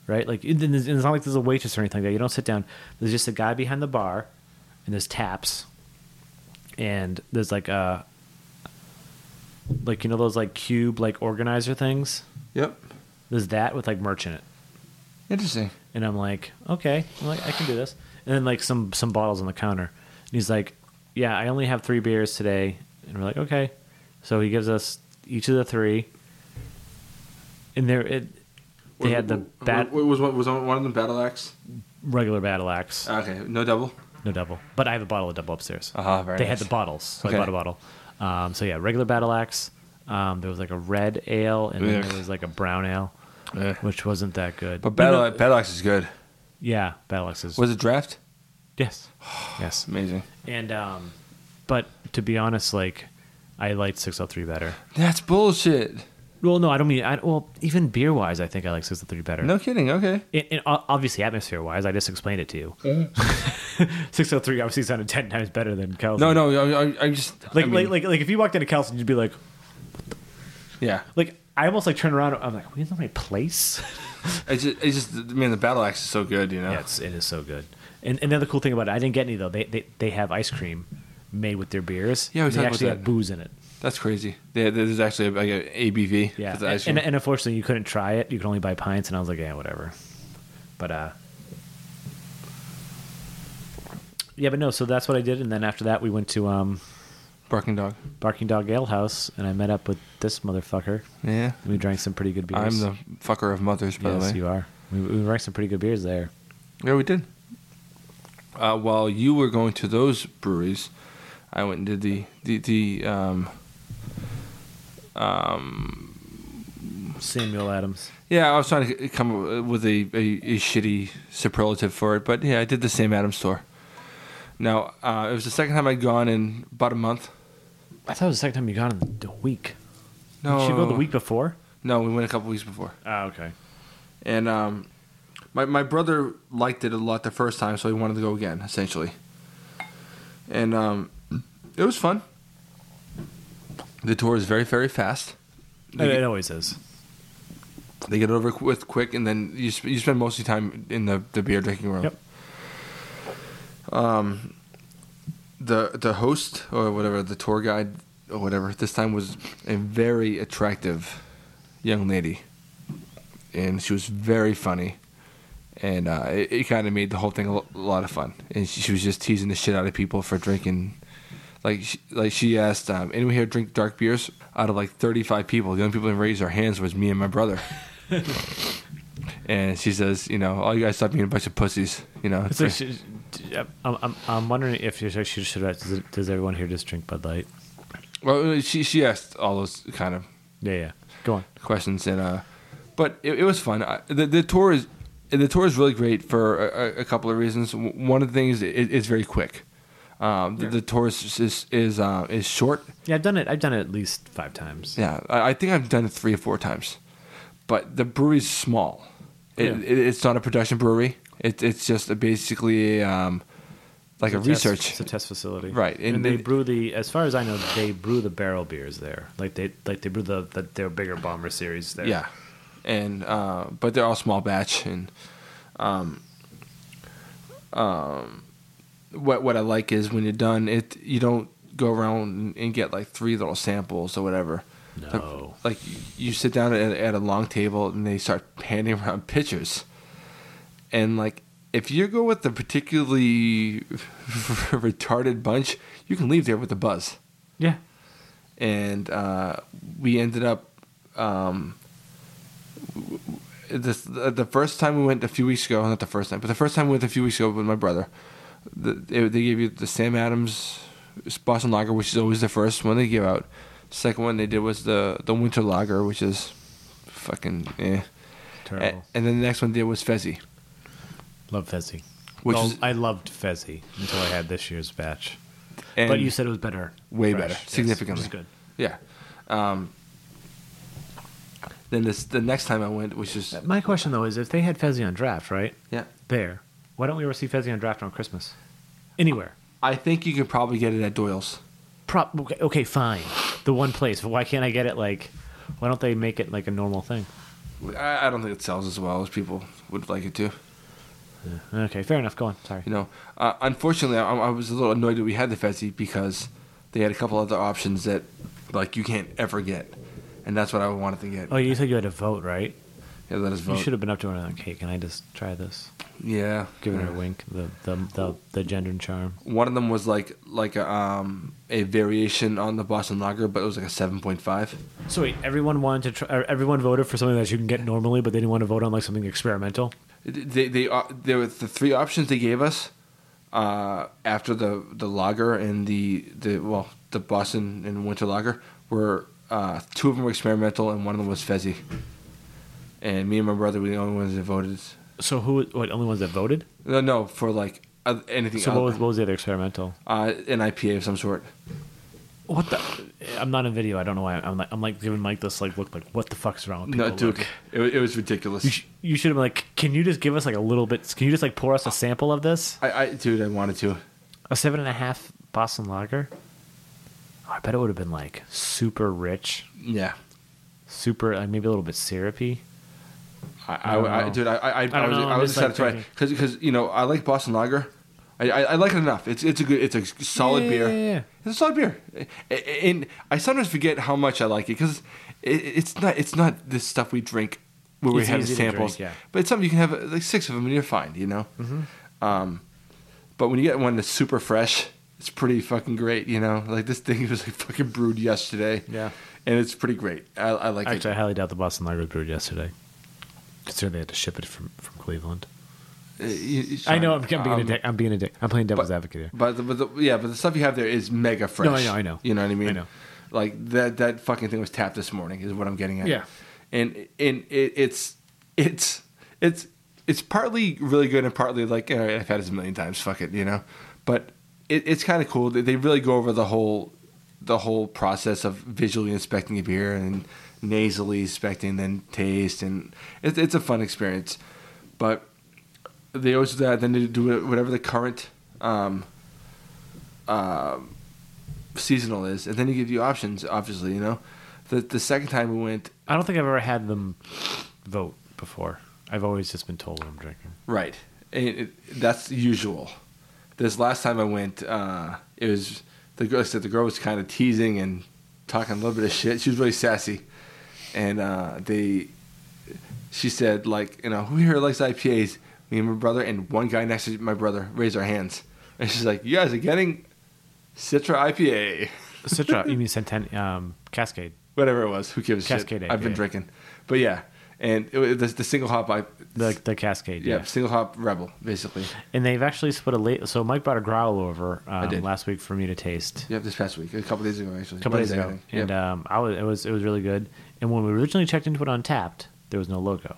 S1: right? Like it- and it's and it's not like there's a waitress or anything like that. You don't sit down. There's just a guy behind the bar, and there's taps, and there's like a like you know those like cube like organizer things.
S2: Yep.
S1: There's that with like merch in it,
S2: Interesting.
S1: and I'm like, okay, I'm like I can do this. And then like some some bottles on the counter, and he's like, yeah, I only have three beers today, and we're like, okay. So he gives us each of the three, and there it. They had the bat,
S2: Was one was one of them battle axe?
S1: regular battle axe,
S2: Okay, no double.
S1: no double. But I have a bottle of double upstairs.
S2: Uh-huh, very
S1: they
S2: nice.
S1: had the bottles, so
S2: Okay.
S1: I bought a bottle. Um, so yeah, regular battle axe. Um, there was like a red ale, and then
S2: Ugh.
S1: there was like a brown ale,
S2: Ugh.
S1: which wasn't that good.
S2: But
S1: No,
S2: battle
S1: no,
S2: battle axe is good.
S1: yeah, battle axe is
S2: Was it draft?
S1: yes, yes.
S2: Amazing.
S1: And um, but to be honest, like I liked 603 better.
S2: That's bullshit.
S1: Well, no, I don't mean. I, well, even beer wise, I think I like 603 better.
S2: No kidding. Okay.
S1: And, and o- obviously, atmosphere wise, I just explained it to you. 603 obviously sounded ten times better than Kelson.
S2: Uh-huh. No, no. I, I, I just I
S1: Like,
S2: mean,
S1: like, like, like, if you walked into Kelson, you'd be like,
S2: yeah.
S1: like, I almost like turn around. I'm like, we in the right place.
S2: Uh-huh. It's just, it's just I mean the battle axe is so good. You know.
S1: Yeah, it's, it is so good. And another cool thing about it, I didn't get any though. They they, they have ice cream made with their beers.
S2: Yeah, we
S1: And they
S2: talked about
S1: actually
S2: that.
S1: have booze in it.
S2: That's crazy. Yeah, there's actually like an ABV.
S1: Yeah,
S2: For the ice
S1: and,
S2: cream.
S1: and unfortunately, you couldn't try it. You could only buy pints, and I was like, yeah, whatever. But uh, yeah, but no. So that's what I did, and then after that, we went to um,
S2: Barking dog.
S1: Barking Dog Ale House, and I met up with this motherfucker.
S2: Yeah.
S1: And we drank some pretty good beers.
S2: I'm the fucker of mothers, by
S1: yes,
S2: the way.
S1: you are. We, we drank some pretty good beers there.
S2: Yeah, we did. Uh, while you were going to those breweries, I went and did the the, the um,
S1: Samuel Adams.
S2: yeah. I was trying to come up with a, a, a shitty superlative for it, but yeah, I did the Sam Adams store. Now uh, it was the second time I'd gone in about a month.
S1: I thought it was the second time you got in the week.
S2: No,
S1: Did you go the week before?
S2: No, we went a couple weeks before.
S1: Ah, okay.
S2: And um, my my brother liked it a lot the first time, so he wanted to go again, essentially. And um, it was fun. The tour is very very fast. They,
S1: It,
S2: get-
S1: it always is.
S2: they get over with quick, and then you sp- you spend most of your time in the, the beer drinking room.
S1: Yep.
S2: The the host or whatever the tour guide or whatever this time was a very attractive young lady, and she was very funny. and uh, it, it kind of made the whole thing a lo- a lot of fun. And she, she was just teasing the shit out of people for drinking. Like, she, like she asked, um, anyone here drink dark beers? Out of like 35 people, the only people that raised their hands was me and my brother. and she says, you know, all you guys stop being a bunch of pussies. You know,
S1: It's like, she, I'm, I'm, I'm wondering if you should, should have, does, does everyone here just drink Bud Light?
S2: well, she she asked all those kind of
S1: Yeah, yeah. Go on.
S2: questions and uh but it, it was fun I, the, the tour is the tour is really great for a, a- a couple of reasons W- one of the things it, it's very quick um the, the tour is is is, uh, is short
S1: Yeah, I've done it. I've done it at least five times.
S2: yeah I, I think i've done it three or four times but the brewery's small it,
S1: Yeah.
S2: it, it's not a production brewery it, it's just a basically um like a
S1: It's test-
S2: research
S1: it's a test facility,
S2: Right,
S1: And,
S2: and
S1: they
S2: they-
S1: brew the, as far as I know, they brew the barrel beers there. Like they, like they brew the, the their bigger bomber series there.
S2: Yeah, and uh, but they're all small batch, and um, um, what what I like is when you're done, it you don't go around and, and get like three little samples or whatever.
S1: No.
S2: Like you sit down at, at a long table and they start handing around pitchers, and like. If you go with a particularly retarded bunch, you can leave there with a buzz.
S1: Yeah.
S2: and uh, we ended up um, w- w- this the the first time we went a few weeks ago not the first time but the first time we went a few weeks ago with my brother the, they, they gave you the Sam Adams Boston Lager which is always the first one they give out second one they did was the the Winter Lager which is fucking eh. A-
S1: Terrible.
S2: and then the next one they did was Fezzi
S1: Love Fezzi. Which
S2: Which is-
S1: I loved Fezzi until I had this year's batch.
S2: and
S1: but you said it was better.
S2: way
S1: fresh.
S2: better
S1: Yes,
S2: significantly
S1: Which is good.
S2: yeah um, then this the next time I went which is
S1: My question though is, if they had Fezzi on draft, right
S2: yeah
S1: there, why don't we receive Fezzi on draft on Christmas? Anywhere.
S2: I think you could probably get it at Doyle's.
S1: Prop. Okay, okay, fine. The one place. But why can't I get it? Like, why don't they make it like a normal thing?
S2: I, I don't think it sells as well as people would like it to.
S1: Okay, fair enough. Go on. Sorry.
S2: You know, uh, unfortunately, I, I was a little annoyed that we had the Fezzi because they had a couple other options that, like, you can't ever get, and that's what I wanted to get.
S1: Oh, you said you had to vote, right?
S2: yeah, let us vote.
S1: You should have been up to another cake, and I just try this,
S2: yeah,
S1: giving her a wink, the the the, the gender and charm.
S2: One of them was like like a um a variation on the Boston Lager, but it was like a seven point five.
S1: So wait, everyone wanted to try. or Everyone voted for something that you can get normally, but they didn't want to vote on like something experimental.
S2: They they uh, there were the three options they gave us uh, after the the lager and the the well the Boston and winter lager were uh, two of them were experimental and one of them was fezzi. And me and my brother were the only ones that voted.
S1: So who? What? Only ones that voted.
S2: No, no, for like oth- anything.
S1: So
S2: other-
S1: what was what was the other experimental?
S2: uh, an IPA of some sort?
S1: What the? I'm not in video. I don't know why. I'm like I'm like giving Mike this like look like what the fuck's wrong with people?
S2: No, Duke.
S1: Look.
S2: It, wa- it was ridiculous.
S1: You, sh- you should have been like, can you just give us like a little bit? Can you just like pour us a sample of this?
S2: I, I, dude, I wanted to.
S1: A seven and a half Boston Lager. Oh, I bet it would have been like super rich,
S2: Yeah,
S1: super like maybe a little bit syrupy.
S2: I,
S1: I
S2: I,
S1: don't
S2: I,
S1: know.
S2: dude, I, I, I,
S1: don't
S2: was,
S1: know,
S2: I
S1: I'm
S2: was
S1: just, like,
S2: excited to try because, because you know, I like Boston Lager. I, I, I like it enough. It's, it's a good, it's a solid
S1: Yeah,
S2: beer.
S1: yeah, yeah.
S2: It's a solid beer, A- a- and I sometimes forget how much I like it because it, it's not, it's not this stuff we drink where we
S1: It's
S2: have
S1: easy to
S2: samples.
S1: drink, yeah. Mm-hmm.
S2: But it's something you can have uh, like six of them and you're fine, you know. Um, but when you get one that's super fresh, it's pretty fucking great, you know. Like this thing was like fucking brewed yesterday.
S1: Yeah.
S2: and it's pretty great. I, I like
S1: Actually, I
S2: it.
S1: highly doubt the Boston Lager was brewed yesterday. Considering they had to ship it from, from Cleveland.
S2: Uh, you- you-
S1: I know I'm, I'm being a
S2: um,
S1: dick. I'm being a dick. I'm playing devil's
S2: but,
S1: advocate here.
S2: But, the, but the, yeah, but the stuff you have there is mega fresh.
S1: know, I know.
S2: You know what I mean?
S1: I know.
S2: Like that that fucking thing was tapped this morning is what I'm getting at.
S1: Yeah.
S2: And and it, it's it's it's it's partly really good and partly like all right, I've had this a million times. Fuck it, you know. But it, it's kind of cool. They, they really go over the whole the whole process of visually inspecting a beer and nasally inspecting then taste and it's it's a fun experience. But they always do that. Then they do whatever the current um, um seasonal is, and then they give you options. Obviously, you know. The the second time we went,
S1: I don't think I've ever had them vote before. I've always just been told what I'm drinking.
S2: right, and it, that's usual. This last time I went, uh, it was the girl. I said the girl was kind of teasing and talking a little bit of shit. She was really sassy, and uh, they. She said, like, you know, who here likes IPAs? Me and my brother and one guy next to my brother raised our hands, and she's like, "You guys are getting Citra IPA."
S1: Citra, you mean Centen- um, Cascade?
S2: whatever it was. Who gives a shit?
S1: Cascade
S2: I've been
S1: IPA.
S2: drinking, but yeah, and it, was- the, the single hop, I
S1: The, the Cascade,
S2: yeah,
S1: yeah.
S2: single hop rebel basically.
S1: And they've actually split a late. So Mike brought a growl over um,
S2: did.
S1: last week for me to taste.
S2: Yep, this past week, a couple days ago actually.
S1: a couple days
S2: Wednesday,
S1: ago,
S2: I think.
S1: and
S2: Yep.
S1: um, I was it was it was really good. And when we originally checked into it on Tapped, there was no logo.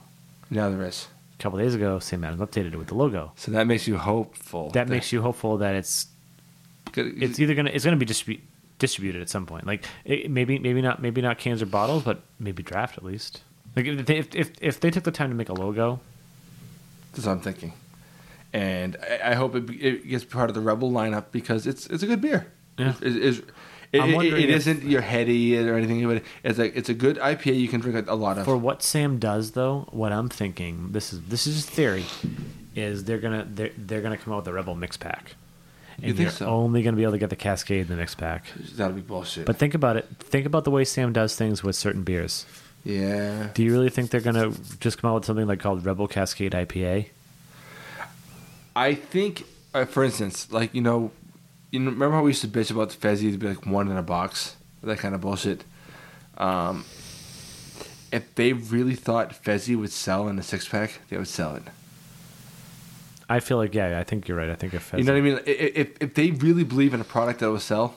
S2: now there is.
S1: A couple days ago, Sam Adams updated it with the logo.
S2: So that makes you hopeful.
S1: That makes you hopeful that it's it's either gonna it's gonna be distribu- distributed at some point. Like it, maybe maybe not maybe not cans or bottles, but maybe draft at least. Like if they, if, if if they took the time to make a logo,
S2: That's what I'm thinking, and I, I hope it, be- it gets part of the rebel lineup because it's it's a good beer.
S1: Yeah.
S2: It's, it's, it,
S1: I'm
S2: it-
S1: wondering
S2: it
S1: if-
S2: isn't your heady or anything, but it's like it's a good IPA you can drink a, a lot of.
S1: For what Sam does, though, what I'm thinking this is this is just theory, is they're gonna they're, they're gonna come out with a Rebel mix pack, and
S2: You think
S1: you're
S2: so?
S1: only gonna be able to get the Cascade in the mix pack.
S2: That'll be bullshit.
S1: But think about it. Think about the way Sam does things with certain beers.
S2: yeah,
S1: Do you really think they're gonna just come out with something like called Rebel Cascade IPA?
S2: I think, uh, for instance, like you know, you know, remember how we used to bitch about the Fezzi to be like one in a box, that kind of bullshit. Um, if they really thought Fezzi would sell in a six pack, they would sell it.
S1: I feel like yeah, I think you're right. I think if
S2: You know what I mean? I- i- If if they really believe in a product that will sell,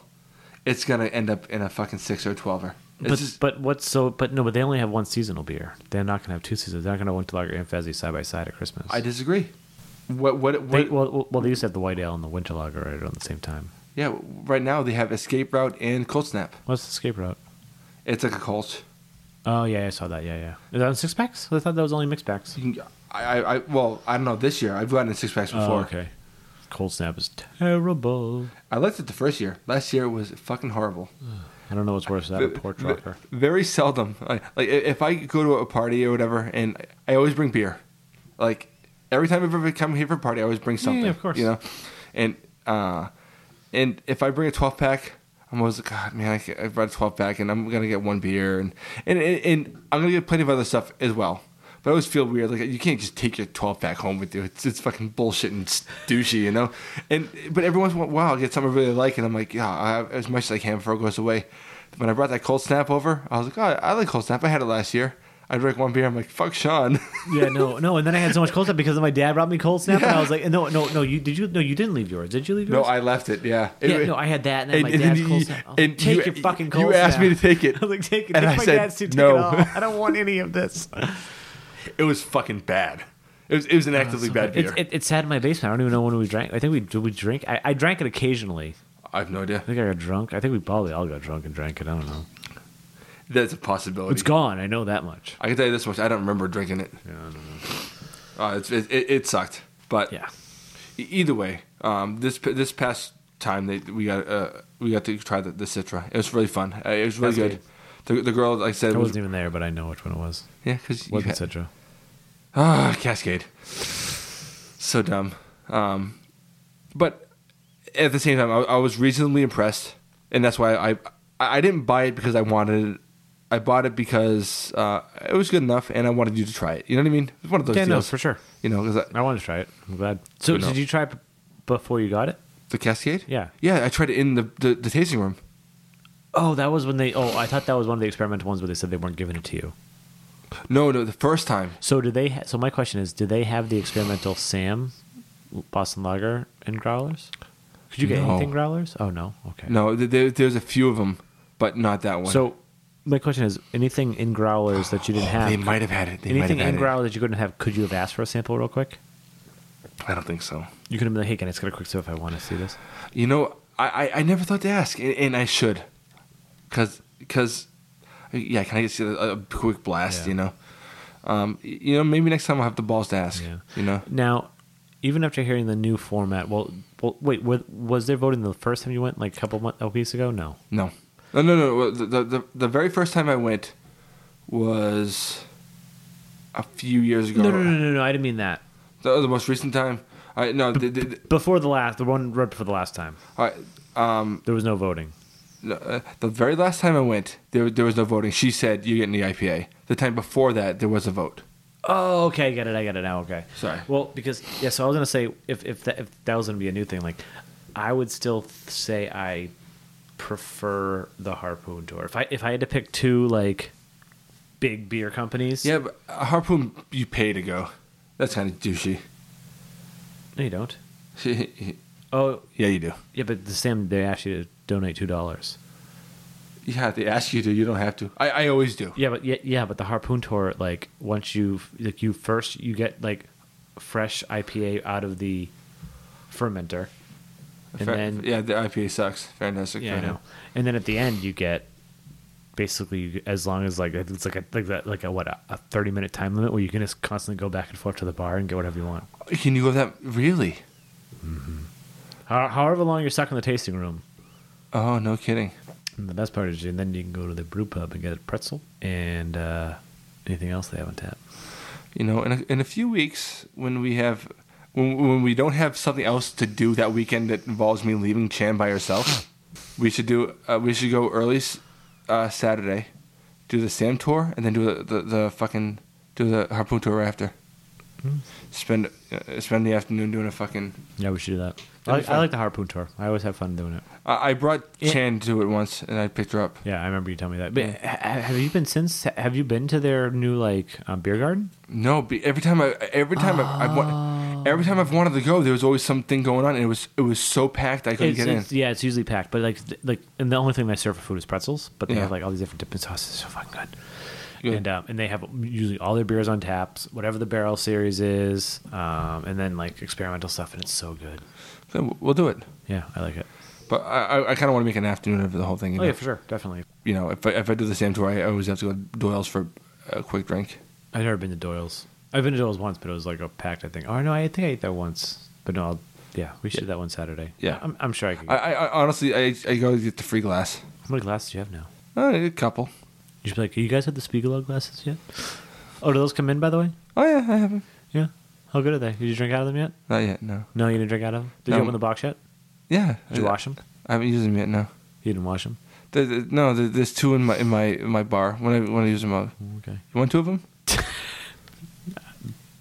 S2: it's gonna end up in a fucking six or a twelver. It's
S1: But
S2: just-
S1: but what's so? But no, but they only have one seasonal beer. They're not going to have two seasons. They're not going to want to lager and fezzi side by side at Christmas.
S2: I disagree. What what,
S1: They,
S2: what
S1: well, well, they used to have the white ale and the winter lager right around the same time.
S2: Yeah, right now they have Escape Route and Cold Snap.
S1: What's the escape route?
S2: It's like a cult.
S1: Oh yeah, I saw that. Yeah, yeah. Is that in six packs? I thought that was only mixed packs.
S2: You can, I, I, I well, I don't know. This year I've gotten in six packs before.
S1: Oh, okay. Cold snap is terrible.
S2: I liked it the first year. Last year was fucking horrible.
S1: I don't know what's worse, that or pork
S2: Ve-
S1: rocker.
S2: Very seldom. Like, like i- if I go to a party or whatever, and I always bring beer. Like every time I've ever come here for a party, I always bring something.
S1: of course.
S2: You know, and uh, and if I bring a twelve pack, I'm always like, God, man, I, ca- I brought a twelve pack, and I'm gonna get one beer, and and, and and I'm gonna get plenty of other stuff as well. But I always feel weird. Like you can't just take your twelve pack home with you. It's, it's fucking bullshit and it's douchey, you know. And but every once in a while, I get something I really like, and I'm like, yeah, I, as much as I can before it goes away. When I brought that cold snap over, I was like, oh, I like cold snap. I had it last year. I drank one beer. I'm like, fuck Sean.
S1: yeah, no, no. And then I had so much cold snap because my dad brought me cold snap, and I was like, no, no, no. You did you? No, you didn't leave yours. Did you leave
S2: no,
S1: yours?
S2: I left it. Yeah.
S1: Yeah,
S2: Anyway,
S1: no, I had that, and then my
S2: and then
S1: dad's
S2: you-
S1: cold snap. I was like,
S2: and
S1: take
S2: you-
S1: your fucking
S2: you
S1: cold snap.
S2: asked me to take it.
S1: I was like, take it.
S2: And
S1: Take
S2: I
S1: my
S2: said,
S1: dad's too. Take
S2: "No."
S1: it all. I don't want any of this.
S2: it was fucking bad. It was it
S1: Oh,
S2: was an actively bad beer.
S1: It's it, it sat in my basement. I don't even know when we drank. I think we did we drink. I, I drank it occasionally.
S2: I have no idea.
S1: I think I got drunk. I think we probably all got drunk and drank it. I don't know.
S2: That's a possibility.
S1: It's gone. I know that much.
S2: I can tell you this much. I don't remember drinking it.
S1: Yeah, I don't know.
S2: Uh, it's, it, it, it sucked. But
S1: yeah.
S2: e- either way, um, this p- this past time they, we got uh, we got to try the, the Citra. It was really fun. Uh, it was really
S1: That's
S2: good. The, the girl, like I said,
S1: I
S2: was,
S1: wasn't even there, but I know which one it was.
S2: yeah, because you
S1: Wasn't
S2: had,
S1: Citra.
S2: ah Cascade. So dumb. Um, but at the same time, I, I was reasonably impressed, and that's why I I I didn't buy it because I wanted it. I bought it because uh, it was good enough, and I wanted you to try it. You know what I mean? It's one of those
S1: Yeah, no,
S2: deals
S1: for sure.
S2: You know, because
S1: I want to try it. I'm glad. So,
S2: Good
S1: did
S2: enough.
S1: you try it b- before you got it?
S2: The Cascade?
S1: Yeah.
S2: Yeah, I tried it in the, the, the tasting room.
S1: Oh, that was when they. Oh, I thought that was one of the experimental ones where they said they weren't giving it to you.
S2: No, no, the first time.
S1: So, do they? Ha- so, my question is, do they have the experimental Sam Boston Lager in growlers? Could you get
S2: No.
S1: anything growlers? Oh no. Okay.
S2: No, th- there, there's a few of them, but not that one. Oh,
S1: So, my question is, anything in growlers that you didn't have?
S2: They might have had it. They
S1: anything
S2: might have
S1: in
S2: had
S1: growler that you couldn't have? Could you have asked for a sample real quick?
S2: it. I don't think so.
S1: You could have been like, "Hey, can I just get a quick sip if I want to see this?"
S2: You know, I, I, I never thought to ask, and, and I should. Because, cause, yeah, can I just get a, a quick blast,
S1: Yeah.
S2: you know? Um, y- you know, maybe next time I'll have the balls to ask,
S1: Yeah.
S2: you know?
S1: Now, even after hearing the new format, well, well wait, was, was there voting the first time you went, like a couple months, a weeks ago? No.
S2: No. No, no, no. well, The, the, the, the very first time I went was a few years ago.
S1: No, no, no, no, no. I didn't mean that.
S2: The, the most recent time, I no, the, the, the,
S1: Before the last, the one right before the last time,
S2: I, um,
S1: there was no voting.
S2: no, uh, the very last time I went, there there was no voting. She said you're getting the IPA. The time before that, there was a vote.
S1: Oh, okay, I get it. I get it now. Okay.
S2: Sorry.
S1: Well, because yeah, so I was gonna say if if that, if that was gonna be a new thing, like I would still say I prefer the Harpoon Tour. If I if I had to pick two like big beer companies,
S2: Yeah, but a harpoon, you pay to go. That's kind of douchey.
S1: No, you don't.
S2: yeah,
S1: Oh,
S2: you do.
S1: yeah, but the Sam they asked you to donate two dollars.
S2: Yeah, they ask you to. You don't have to. I, I always do.
S1: Yeah, but yeah, yeah, but the harpoon tour, like once you like you first you get like fresh IPA out of the fermenter, and
S2: Fa-
S1: then yeah,
S2: yeah, the IPA sucks. Fantastic.
S1: I know, and then at the end you get basically as long as like it's like a like that like a what a, a thirty minute time limit where you can just constantly go back and forth to the bar and get whatever you want.
S2: Can you go that really?
S1: How, however long you're stuck in the tasting room.
S2: Oh, no kidding.
S1: And the best part is, you- then you can go to the brew pub and get a pretzel and uh, anything else they have on tap.
S2: You know, in a, in a few weeks, when we have, when, when we don't have something else to do that weekend that involves me leaving Chan by herself,
S1: Hmm.
S2: we should do. Uh, we should go early s- uh, Saturday, do the Sam tour, and then do the, the, the fucking do the harpoon tour after.
S1: Hmm.
S2: Spend uh, spend the afternoon doing a fucking.
S1: Yeah, we should do that.
S2: be
S1: I like, I
S2: fun.
S1: like the harpoon tour. I always have fun doing it.
S2: I, I brought
S1: Yeah.
S2: Chan to it once, and I picked her up.
S1: Yeah, I remember you telling me that. But ha- have you been since? Have you been to their new like um, beer garden?
S2: No, be, every time I every time I've, I've wa- every time
S1: Oh.
S2: I've wanted to go, there was always something going on, and it was it was so packed I couldn't
S1: It's,
S2: get in.
S1: it's- yeah, it's usually packed, but like th- like and the only thing they serve for food is pretzels. But they
S2: Yeah.
S1: have like all these different dipping sauces. So fucking good.
S2: Good.
S1: And um, and they have usually all their beers on taps, whatever the barrel series is, um, and then like experimental stuff, and it's so good.
S2: So we'll do it.
S1: Yeah, I like it.
S2: But I, I kind of want to make an afternoon of the whole thing. You
S1: Oh
S2: know,
S1: yeah, for sure, definitely.
S2: you know if, I, if I do the same tour, I always have to go to Doyle's for a quick drink.
S1: I've never been to Doyle's. I've been to Doyle's once, but it was like a packed. I think. Oh no, I think I ate that once, but no, I'll, yeah, we should do that one Saturday.
S2: Yeah.
S1: I'm, I'm sure I could.
S2: I,
S1: Get,
S2: I, I honestly, I, I go get the free glass.
S1: how many glasses do you have now?
S2: Uh, a couple.
S1: You should be like, you guys have the Spiegelau glasses yet? Oh, do those come in by the way?
S2: Oh yeah, I haven't.
S1: Yeah. How good are they? Did you drink out of them yet?
S2: Not yet. No.
S1: No, you didn't drink out of them. Did
S2: No.
S1: you open the box yet?
S2: Yeah.
S1: Did you wash them?
S2: I haven't used them yet. No.
S1: You didn't wash them.
S2: There, there- no, there, there's two in my in my in my bar. When I when I use them, out.
S1: Okay.
S2: you want two of them?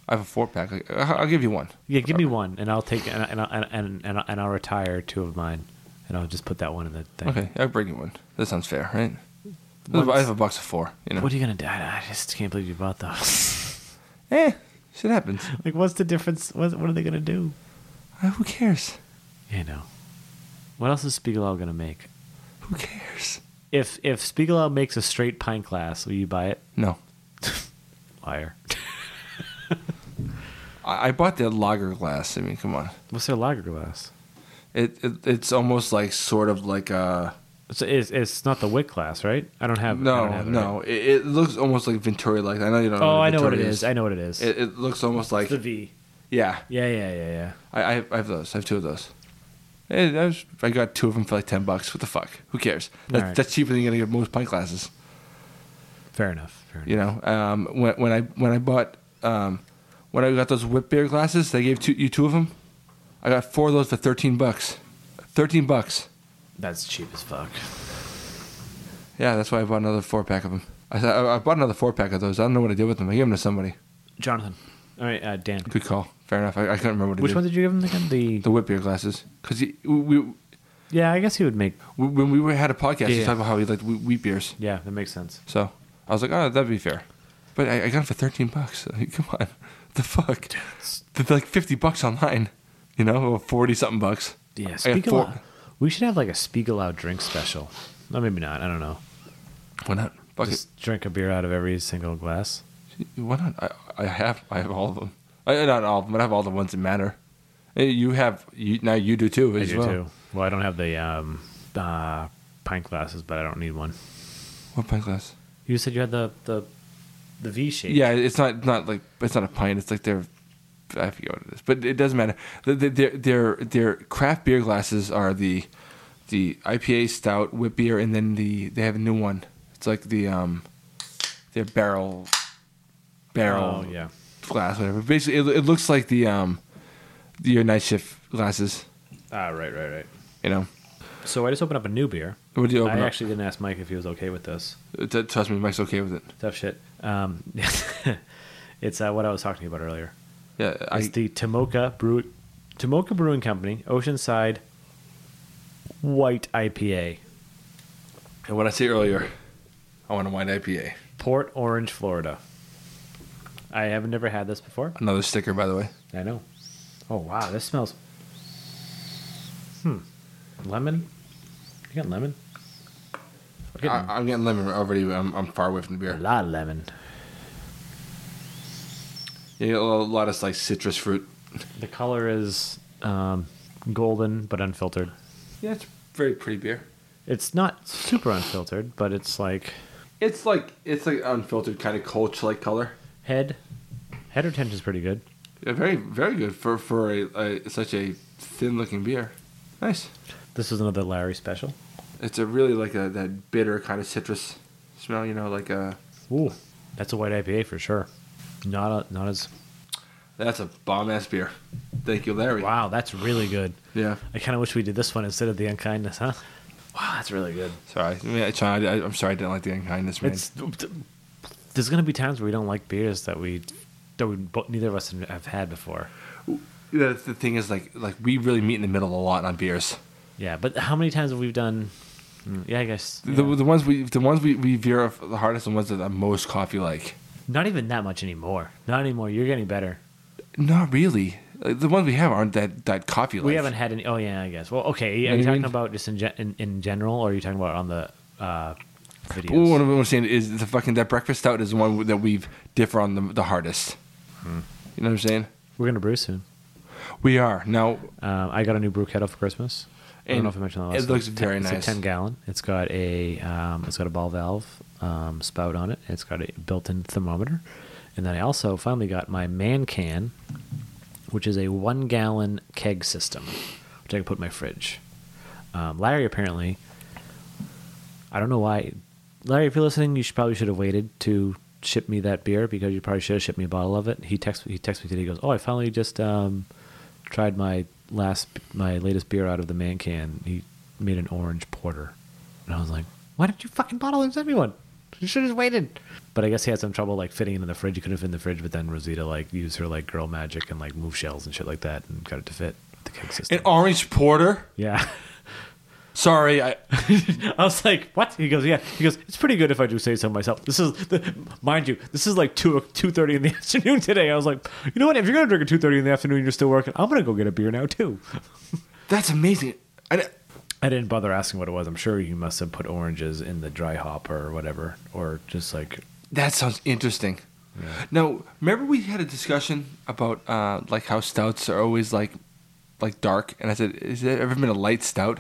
S2: I have a four pack. I- I'll, I'll give you one.
S1: Yeah, give me one, and I'll take and and and and, and, I'll- and I'll retire two of mine, and I'll just put that one in the thing.
S2: Okay, I'll bring you one. That sounds fair, right?
S1: Once-
S2: I have a box of four. You know.
S1: What are you gonna do? I I just can't believe you bought those.
S2: eh, shit happens.
S1: like, what's the difference? What what are they gonna do?
S2: Uh, who cares?
S1: You know. What else is Spiegelau gonna make?
S2: Who cares?
S1: If if Spiegelau makes a straight pint glass, will you buy it?
S2: No.
S1: Liar.
S2: I, I bought the lager glass. I mean, come on.
S1: What's their lager glass?
S2: It, it it's almost like sort of like a
S1: It's, it's, it's not the Wick class, right? I don't have. I
S2: no
S1: don't have it,
S2: no. It, it looks almost like Venturi. Like I know you don't.
S1: right? Oh,
S2: what
S1: I know what it
S2: Venturi
S1: is. I know what it is.
S2: It, it looks almost like
S1: the V.
S2: yeah.
S1: Yeah, yeah, yeah, yeah.
S2: I, I have, I have those. I have two of those. Eh, I, was- I got two of them for like ten bucks. What the fuck? Who cares? That's,
S1: Alright.
S2: that's cheaper than getting most pint glasses.
S1: Fair enough. Fair enough.
S2: You know, um, when when I when I bought um, when I got those whip beer glasses, they gave two, you two of them. I got four of those for thirteen bucks. Thirteen bucks.
S1: That's cheap as fuck.
S2: Yeah, that's why I bought another four pack of them. I, I, I bought another four pack of those. I don't know what I did with them. I gave them to somebody.
S1: Jonathan. All right, uh, Dan.
S2: Good call. Fair enough. I, I couldn't remember what I
S1: Which
S2: did.
S1: one did you give him again? The,
S2: The whip beer glasses. Because we, we,
S1: yeah, I guess he would make.
S2: when we were, had a podcast, we
S1: Yeah.
S2: talked about how we liked whe- wheat beers.
S1: Yeah, that makes sense.
S2: So I was like, oh, that'd be fair. But I, I got it for 13 bucks. Like, come on. The fuck? They're like 50 bucks online, you know, or 40 something bucks.
S1: Yeah,
S2: I got four.
S1: Spiegelau. We should have like a Spiegelau drink special. No, maybe not. I don't know.
S2: Why not? Fuck it.
S1: Just drink a beer out of every single glass.
S2: Why not? I, I have I have all of them. I, not all of them, but I have all the ones that matter. Eh, You have you now. You do too.
S1: I
S2: As
S1: do
S2: well.
S1: too. Well, I don't have the um, uh, pint glasses, but I don't need one.
S2: What pint glass?
S1: You said you had the the, the V shape.
S2: Yeah, it's not not like it's not a pint. It's like they're I forget what it is, but it doesn't matter. The- the- Their their their craft beer glasses are the the IPA, stout, whip beer, and then the they have a new one. It's like the um their barrel barrel
S1: Oh, yeah.
S2: glass, whatever. Basically, it, it looks like the um your night shift glasses.
S1: Ah, right, right, right.
S2: You know,
S1: So I just opened up a new beer.
S2: what do you open
S1: I
S2: up?
S1: actually didn't ask Mike if he was okay with this.
S2: Uh, t- trust me, Mike's okay with it.
S1: Tough shit. Um, it's uh, what I was talking about earlier.
S2: Yeah, I,
S1: It's the Tomoka Brew, Tomoka Brewing Company, Oceanside White IPA,
S2: and what I said earlier, I want a wine IPA.
S1: Port Orange, Florida. I have never had this before.
S2: Another sticker, by the way.
S1: I know. Oh wow, this smells. Hmm, lemon. You got lemon. I'm getting
S2: I, I'm getting lemon already. I'm, I'm far away from the
S1: a
S2: beer.
S1: lot of lemon.
S2: You get a lo- lot of like citrus fruit.
S1: The color is um, golden but unfiltered.
S2: Yeah, it's very pretty beer.
S1: It's not super unfiltered, but it's like
S2: It's like it's like unfiltered kind of Kolsch like color.
S1: head. Head retention's pretty good.
S2: Yeah, very very good for for a, a such a thin looking beer. Nice.
S1: This is another Larry special.
S2: It's a really like a that bitter kind of citrus smell. You know, like uh, a
S1: Ooh, that's a white IPA for sure. Not a, not as
S2: that's a bomb ass beer. Thank you, Larry.
S1: wow. That's really good.
S2: Yeah.
S1: I kind of wish we did this one instead of the unkindness, huh? Wow, that's really good.
S2: Sorry, I mean, I tried, I, I'm sorry. I didn't like the unkindness, man.
S1: It's there's gonna be times where we don't like beers that we that we bo- neither of us have had before.
S2: The, the thing is, like, like we really meet in the middle a lot on beers.
S1: Yeah, but how many times have we done? mm, Yeah, I guess
S2: The,
S1: yeah.
S2: the ones we the ones we, we veer off the hardest and ones that are most coffee like.
S1: not even that much anymore. Not anymore. You're getting better.
S2: Not really. Like, the ones we have aren't that that coffee like.
S1: We haven't had any. Oh yeah, I guess. Well, okay. Are
S2: What do
S1: you
S2: you
S1: talking
S2: mean?
S1: about just in, gen- in in general, or are you talking about on the uh, videos?
S2: Well, what I'm saying is the fucking that breakfast stout is the one that we differ on the, the hardest. You know what I'm saying?
S1: We're gonna brew soon.
S2: Hmm. We are now.
S1: Um, I got a new brew kettle for Christmas. I don't
S2: And
S1: know if I mentioned that
S2: it
S1: last.
S2: looks
S1: time.
S2: very
S1: it's
S2: nice.
S1: a ten gallon. It's got a um, it's got a ball valve um, spout on it. It's got a built-in thermometer, and then I also finally got my man can, which is a one gallon keg system, which I can put in my fridge. Um, Larry apparently, I don't know why. Larry, if you're listening, you should probably should have waited to ship me that beer because you probably should have shipped me a bottle of it. He texts he texts me today. He goes, "Oh, I finally just um, tried my last my latest beer out of the man can. He made an orange porter, and I was like, why didn't you fucking bottle and send me one? You should have waited." But I guess he had some trouble like fitting it in the fridge. He couldn't fit in the fridge, but then Rosita like used her like girl magic and like move shells and shit like that and got it to fit with the cake system.
S2: An orange porter.
S1: yeah.
S2: Sorry, I,
S1: I was like, "What?" He goes, "Yeah." He goes, "It's pretty good if I do say so myself." This is, the, mind you, this is like two two thirty in the afternoon today. I was like, "You know what? If you're gonna drink at two thirty in the afternoon, and you're still working. I'm gonna go get a beer now too."
S2: that's amazing. I,
S1: I didn't bother asking what it was. I'm sure you must have put oranges in the dry hop or whatever, or just like
S2: that sounds interesting. Now, remember we had a discussion about uh, like how stouts are always like like dark, and I said, "Is there ever been a light stout?"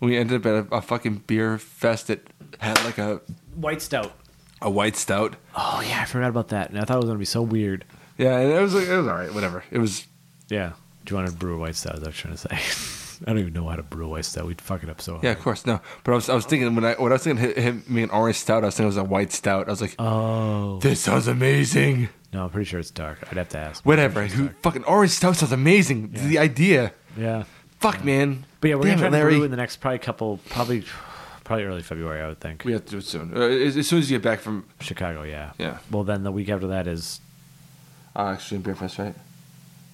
S2: And we ended up at a, a fucking beer fest that had like a
S1: white stout.
S2: a white stout.
S1: Oh yeah, I forgot about that, and I thought it was gonna be so weird.
S2: Yeah, and it was like, it was all right, whatever. It was
S1: Yeah, do you want to brew a white stout? Is what I was trying to say. I don't even know how to brew a white stout. We'd fuck it up so hard.
S2: yeah, of course, no. But I was I was thinking when I when I was thinking hi- him me an orange stout, I was thinking it was a white stout. I was like,
S1: Oh
S2: this sounds amazing.
S1: no, I'm pretty sure it's dark. I'd have to ask.
S2: Whatever, who, fucking orange stout sounds amazing. The idea,
S1: Yeah.
S2: fuck, man.
S1: But yeah, we're
S2: Damn
S1: gonna
S2: it,
S1: try
S2: Larry.
S1: to brew in the next probably couple, probably, probably early February, I would think.
S2: We have to do it soon. Uh, as, as soon as you get back from
S1: Chicago, yeah.
S2: Yeah.
S1: Well, then the week after that is
S2: uh, Extreme Beer Fest, right?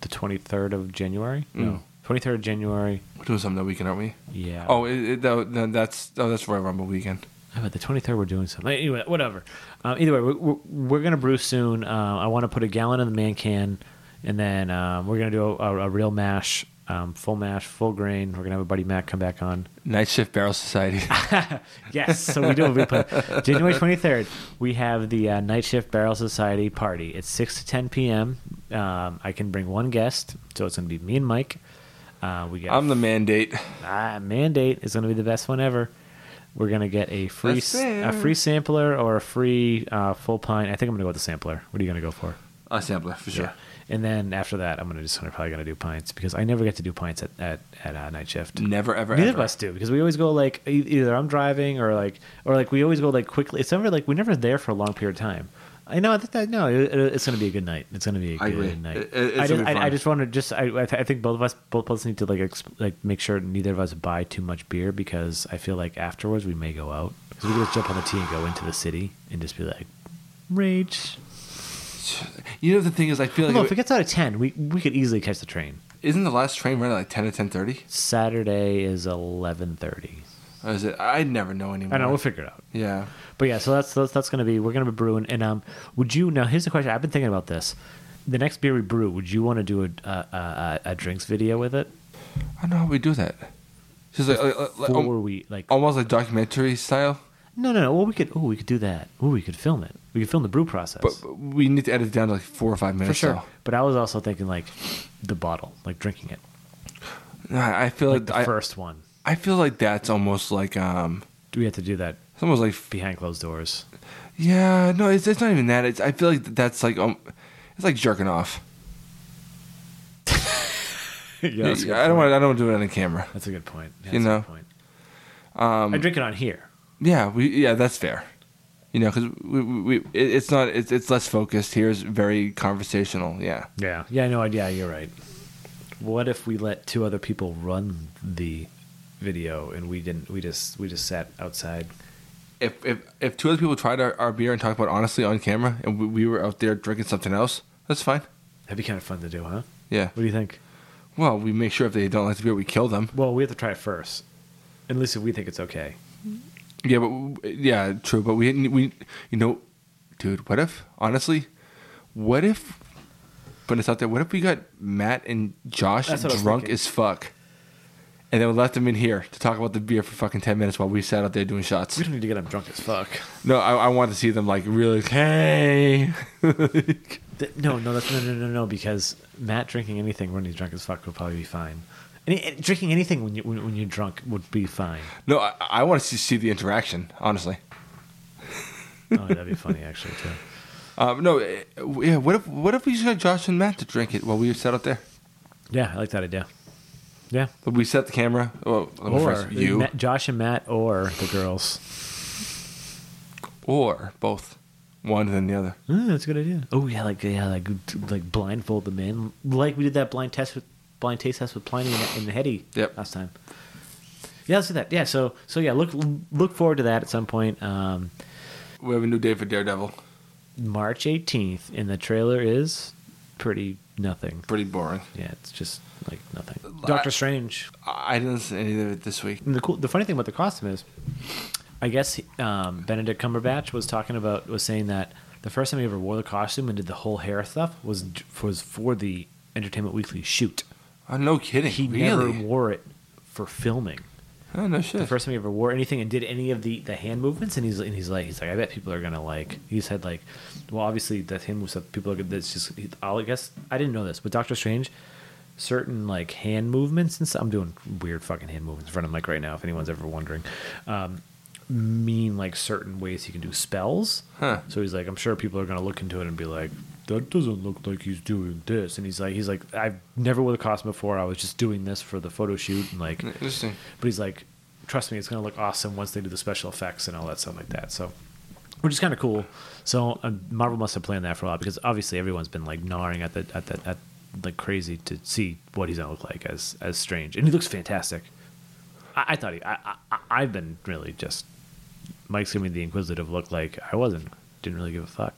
S1: the twenty third of January.
S2: Mm.
S1: No, twenty third of January.
S2: We're doing something that weekend, aren't we?
S1: Yeah.
S2: Oh, it, it, that, that- that's oh, that's Royal Rumble weekend.
S1: How about the twenty third? We're doing something. Anyway, whatever. Um, either way, we're, we're, we're gonna brew soon. Uh, I want to put a gallon in the man can, and then um, we're gonna do a, a, a real mash, um, full mash, full grain. We're gonna have a buddy Matt come back on.
S2: Night Shift Barrel Society.
S1: Yes, so we do have a big plan. January 23rd, we have the uh, Night Shift Barrel Society party. It's 6 to 10 p.m. Um, I can bring one guest, so it's going to be me and Mike. Uh, we got
S2: I'm the mandate.
S1: ah, mandate is going to be the best one ever. We're going to get a free
S2: That's
S1: s- a
S2: fair.
S1: free sampler or a free uh, full pint. I think I'm going to go with the sampler. What are you going to go for?
S2: A Uh, sampler for sure.
S1: And then after that, I'm going to just gonna, probably going to do pints because I never get to do pints at at, at uh, night shift.
S2: Never ever.
S1: Neither
S2: ever.
S1: of us do because we always go like e- either I'm driving or like or like we always go like quickly. It's never like we're never there for a long period of time. I know I think that no, it, it- it's going to be a good night. It's going to be a
S2: I
S1: good
S2: agree.
S1: night.
S2: It- it- it's
S1: I,
S2: gonna
S1: just,
S2: be
S1: I, I
S2: fun.
S1: just want to just I I, th- I think both of us both of us need to like exp- like make sure neither of us buy too much beer because I feel like afterwards we may go out because we could just jump on the T and go into the city and just be like rage.
S2: You know the thing is, I feel like
S1: Although if it gets out of ten, we we could easily catch the train.
S2: isn't the last train run at like ten to ten thirty?
S1: Saturday is eleven thirty.
S2: Or is it? I never know anymore.
S1: I know we'll figure it out.
S2: Yeah.
S1: But yeah, so that's that's, that's going to be we're going to be brewing. And um, would you now? Here's the question: I've been thinking about this. The next beer we brew, would you want to do a a, a, a drinks video with it,
S2: I don't know how we do that. Just like, like, like, um, like,
S1: or
S2: al-
S1: we like?
S2: almost like documentary style,
S1: No, no, no. Well, we could. Oh, we could do that. Oh, we could film it. We could film the brew process
S2: but, but we need to edit it down to like four or five
S1: for
S2: minutes.
S1: sure.
S2: though.
S1: But I was also thinking like the bottle, like drinking it,
S2: No, I I feel
S1: like
S2: like,
S1: the
S2: I,
S1: first one.
S2: I feel like that's almost like um,
S1: Do we have to do that
S2: it's almost like
S1: behind closed doors?
S2: yeah, no, it's, it's not even that. It's I feel like that's like um, it's like jerking off.
S1: yeah, that's a good
S2: I don't
S1: point.
S2: want I don't do it on camera.
S1: That's a good point. Yeah,
S2: You
S1: that's a
S2: know. Um,
S1: good point. I drink it on here.
S2: Yeah, we yeah that's fair. You know, because we, we, we it, it's not it's it's less focused. Here is very conversational. Yeah,
S1: Yeah. Yeah, no idea. You're right. What if we let two other people run the video and we didn't? We just we just sat outside.
S2: if if if two other people tried our, our beer and talked about it honestly on camera, and we, we were out there drinking something else, That's fine.
S1: That'd be kind of fun to do, huh?
S2: Yeah.
S1: What do you think?
S2: Well, we make sure if they don't like the beer, we kill them.
S1: Well, we have to try it first. At least if we think it's okay.
S2: Yeah, but yeah, true. But we we you know, dude. What if honestly, what if? Putting this out there, what if we got Matt and Josh
S1: That's what I was
S2: drunk
S1: thinking.
S2: as fuck, and then we left them in here to talk about the beer for fucking ten minutes while we sat out there doing shots?
S1: We don't need to get them drunk as fuck.
S2: No, I, I want to see them like really. Hey,
S1: Th- No, no, that's, no, no, no, no. Because Matt drinking anything when he's drunk as fuck would probably be fine. Any, and drinking anything when you when, when you're drunk would be fine.
S2: no, I, I want to see, see the interaction. Honestly,
S1: Oh, that'd be funny actually too.
S2: um, no, eh, yeah. What if what if we just got Josh and Matt to drink it while we sat out there?
S1: Yeah, I like that idea. Yeah,
S2: But we set the camera. Well, let me
S1: or
S2: first, you
S1: Matt- Josh and Matt, or the girls.
S2: or both, one and then the other.
S1: Mm, that's a good idea. Oh yeah, like yeah, like like blindfold them in, like we did that blind test with blind taste test with Pliny and, and Hetty
S2: Yep.
S1: last time. Yeah, let's do that. Yeah, so so yeah, look look forward to that at some point. Um,
S2: We have a new day for Daredevil.
S1: March eighteenth, and the trailer is pretty nothing.
S2: Pretty boring.
S1: Yeah, it's just like nothing. Doctor Strange.
S2: I I didn't listen to any of it this week.
S1: And the cool, the funny thing about the costume is, I guess um, Benedict Cumberbatch was talking about was saying that the first time he ever wore the costume and did the whole hair stuff was was for the Entertainment Weekly shoot.
S2: Oh, no kidding.
S1: He never
S2: really?
S1: wore it for filming.
S2: oh, no shit.
S1: The first time he ever wore anything and did any of the, the hand movements, and he's and he's like he's like I bet people are gonna like. He said like, well obviously that hand moves that people are gonna. That's just he- I'll, I guess I didn't know this, but Doctor Strange, certain like hand movements and stuff. I'm doing weird fucking hand movements in front of Mike right now. If anyone's ever wondering, um, mean like certain ways he can do spells.
S2: Huh.
S1: So he's like, I'm sure people are gonna look into it and be like, that doesn't look like he's doing this. And he's like, he's like, I've never wore the costume before. I was just doing this for the photo shoot and like.
S2: Interesting.
S1: But he's like, trust me, it's going to look awesome once they do the special effects and all that stuff like that. So, which is kind of cool. So uh, Marvel must have planned that for a while because obviously everyone's been like gnawing at the at the at like crazy to see what he's going to look like as as Strange, and he looks fantastic. I, I thought he. I, I- I I've been really just Mike's giving me the inquisitive look. Like I wasn't. Didn't really give a fuck.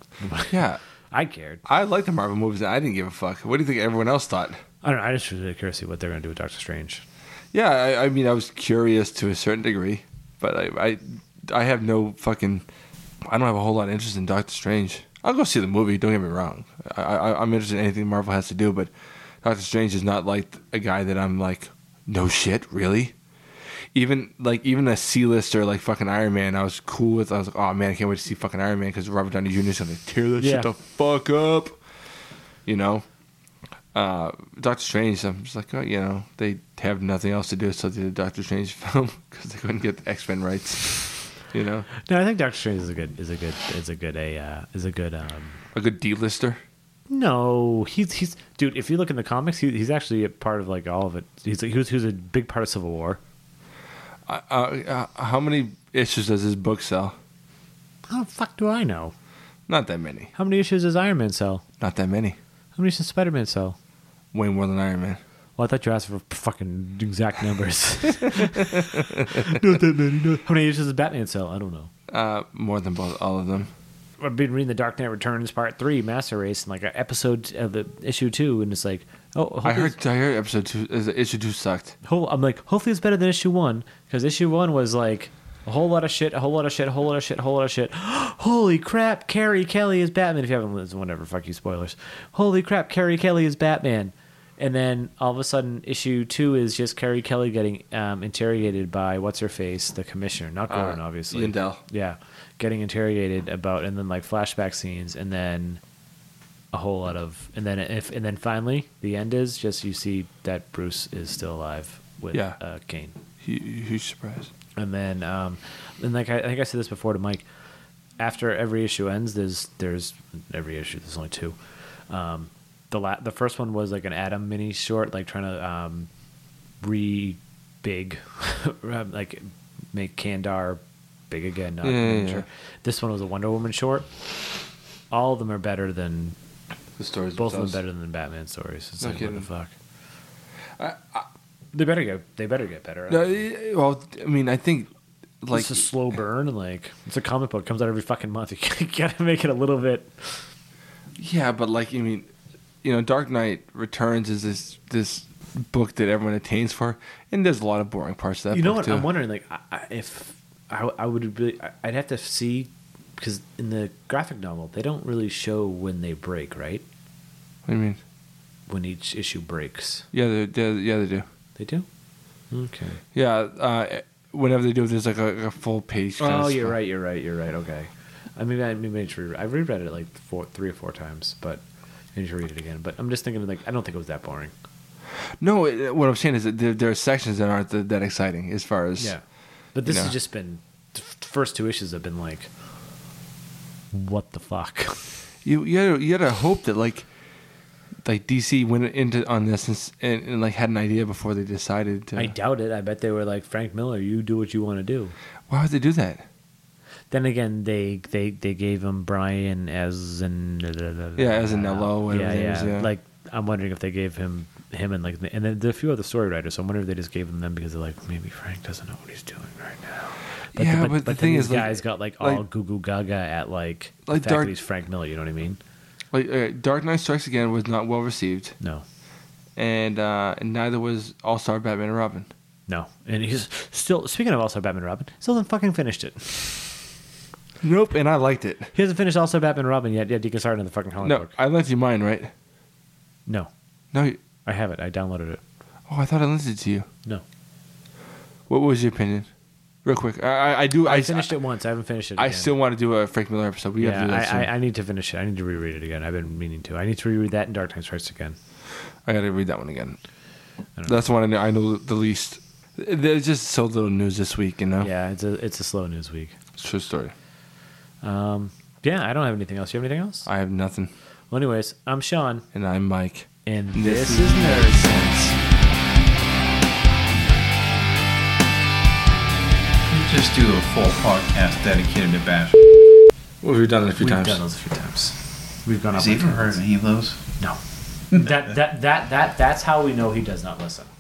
S2: Yeah.
S1: I cared.
S2: I like the Marvel movies. And I didn't give a fuck. What do you think everyone else thought?
S1: I don't know. I just was really curious to see what they're going to do with Doctor Strange.
S2: Yeah, I, I mean, I was curious to a certain degree, but I, I, I have no fucking. I don't have a whole lot of interest in Doctor Strange. I'll go see the movie. Don't get me wrong. I, I, I'm interested in anything Marvel has to do, but Doctor Strange is not like a guy that I'm like, no shit, really. Even like even a C-lister like fucking Iron Man, I was cool with. I was like, oh man, I can't wait to see fucking Iron Man because Robert Downey Jr. is gonna tear that
S1: Yeah.
S2: shit the fuck up. You know, uh, Doctor Strange, I'm just like, oh, you know, they have nothing else to do, so they did a Doctor Strange film because they couldn't get the X Men rights. You know,
S1: No, I think Doctor Strange is a good is a good is a good a uh, is a good um,
S2: a good D-lister.
S1: No, he's he's dude. If you look in the comics, he, he's actually a part of like all of it. He's like, he was he was a big part of Civil War.
S2: Uh, uh, uh, how many issues does his book sell?
S1: How the fuck do I know?
S2: Not that many.
S1: How many issues does Iron Man sell?
S2: Not that many.
S1: How many does Spider Man sell?
S2: Way more than Iron Man.
S1: Well, I thought you asked for fucking exact numbers. Not that many. no. How many issues does Batman sell? I don't know.
S2: Uh, more than both all of them.
S1: I've been reading the Dark Knight Returns Part Three Master Race and like an episode of the issue two, and it's like, oh, hopefully
S2: I
S1: it's-
S2: heard. I heard episode two. Is issue two sucked.
S1: Ho- I'm like, hopefully it's better than issue one because issue one was like a whole lot of shit, a whole lot of shit, a whole lot of shit, a whole lot of shit. Holy crap, Carrie Kelly is Batman. If you haven't listened, whatever, fuck you, spoilers. Holy crap, Carrie Kelly is Batman. And then all of a sudden, issue two is just Carrie Kelly getting um, interrogated by what's her face, the commissioner, not Gordon,
S2: Uh,
S1: obviously.
S2: Yandel.
S1: Yeah, getting interrogated about, and then like flashback scenes, and then a whole lot of, and then if, and then finally, the end is just you see that Bruce is still alive with
S2: Yeah.
S1: uh, Kane,
S2: Hu- Huge surprise.
S1: and then, um, and like I, I think I said this before to Mike, after every issue ends, there's there's every issue. There's only two. Um, the la- the first one was like an Adam mini short, like trying to um, re big, like make Kandar big again. Not
S2: Yeah, yeah,
S1: miniature.
S2: yeah.
S1: This one was a Wonder Woman short. All of them are better than
S2: The stories.
S1: both of them
S2: themselves.
S1: better than Batman stories. It's
S2: No
S1: like
S2: kidding.
S1: what the fuck. they better get they better get better.
S2: No, eh, well, I mean, I think like
S1: it's a slow burn. and, Like it's a comic book. It comes out every fucking month. You gotta make it a little bit.
S2: Yeah, but like I mean, you know, Dark Knight Returns is this this book that everyone attains for, and there's a lot of boring parts to that.
S1: you know
S2: book,
S1: what?
S2: too.
S1: I'm wondering, like, I, I- if I, I would really, I- I'd have to see because in the graphic novel they don't really show when they break, right?
S2: What do you mean?
S1: When each issue breaks,
S2: Yeah, they, they, yeah, they do.
S1: they do. Okay.
S2: Yeah, uh, whenever they do, there's like a, a full page. kind of
S1: Oh, you're
S2: sp-
S1: right. You're right. You're right. Okay. I mean, I maybe I should reread. I reread it like four, three or four times, but I need to read it again. But I'm just thinking, like, I don't think it was that boring.
S2: No, it, what I'm saying is that there, there are sections that aren't that, that exciting as far as.
S1: Yeah. But this
S2: you
S1: has
S2: know.
S1: just been the f- first two issues have been like, what the fuck?
S2: You you had, you had to hope that like, like DC went into on this and, s- and, and like had an idea before they decided to.
S1: I doubt it. I bet they were like Frank Miller, you do what you want to do.
S2: Why would they do that?
S1: Then again, they they they gave him Brian as an
S2: Yeah, as in Nello, whatever
S1: yeah,
S2: his name is,
S1: yeah.
S2: yeah.
S1: Like I'm wondering if they gave him him and like and then there are a few other story writers. So I'm wondering if they just gave them them because they're like maybe Frank doesn't know what he's doing right now. But
S2: Yeah,
S1: but,
S2: but the
S1: then
S2: thing
S1: these
S2: is, like-
S1: guys got like all
S2: like-
S1: goo goo gaga at like the
S2: Like
S1: fact
S2: Dark-
S1: that he's Frank Miller. You know what I mean?
S2: Like uh, Dark Knight Strikes Again was not well received,
S1: No,
S2: and uh, and neither was All Star Batman and Robin.
S1: no. And he's still speaking of also Batman and Robin. Still hasn't fucking finished it.
S2: Nope, and I liked it.
S1: He hasn't finished also Batman and Robin yet. Yet you can start another fucking comic
S2: No,
S1: book.
S2: I lent you mine, right?
S1: No,
S2: No, you-
S1: I have it. I downloaded it.
S2: oh, I thought I lent it to you.
S1: No.
S2: What was your opinion? Real quick, I I, I do. I,
S1: I finished it once. I haven't finished it.
S2: I
S1: again.
S2: still want to do a Frank Miller episode. We have
S1: Yeah,
S2: to do that soon.
S1: I, I, I need to finish it. I need to reread it again. I've been meaning to. I need to reread that in Dark Knight Strikes again.
S2: I gotta read that one again.
S1: don't
S2: That's the one I know, I know the least. There's just so little news this week, you know.
S1: Yeah, it's a it's a slow news week.
S2: It's a true story.
S1: Um, yeah, I don't have anything else. You have anything else?
S2: I have nothing,
S1: Well, anyways, I'm Sean,
S2: and I'm Mike.
S1: and
S2: This
S1: this,
S2: is
S1: is Nerd
S3: Just do a full podcast dedicated to Bash.
S2: Well, we've done it a few
S1: We've
S2: times.
S1: done those a few times. We've gone up.
S3: Has he ever heard any of those?
S1: No. that that that that that's how we know he does not listen.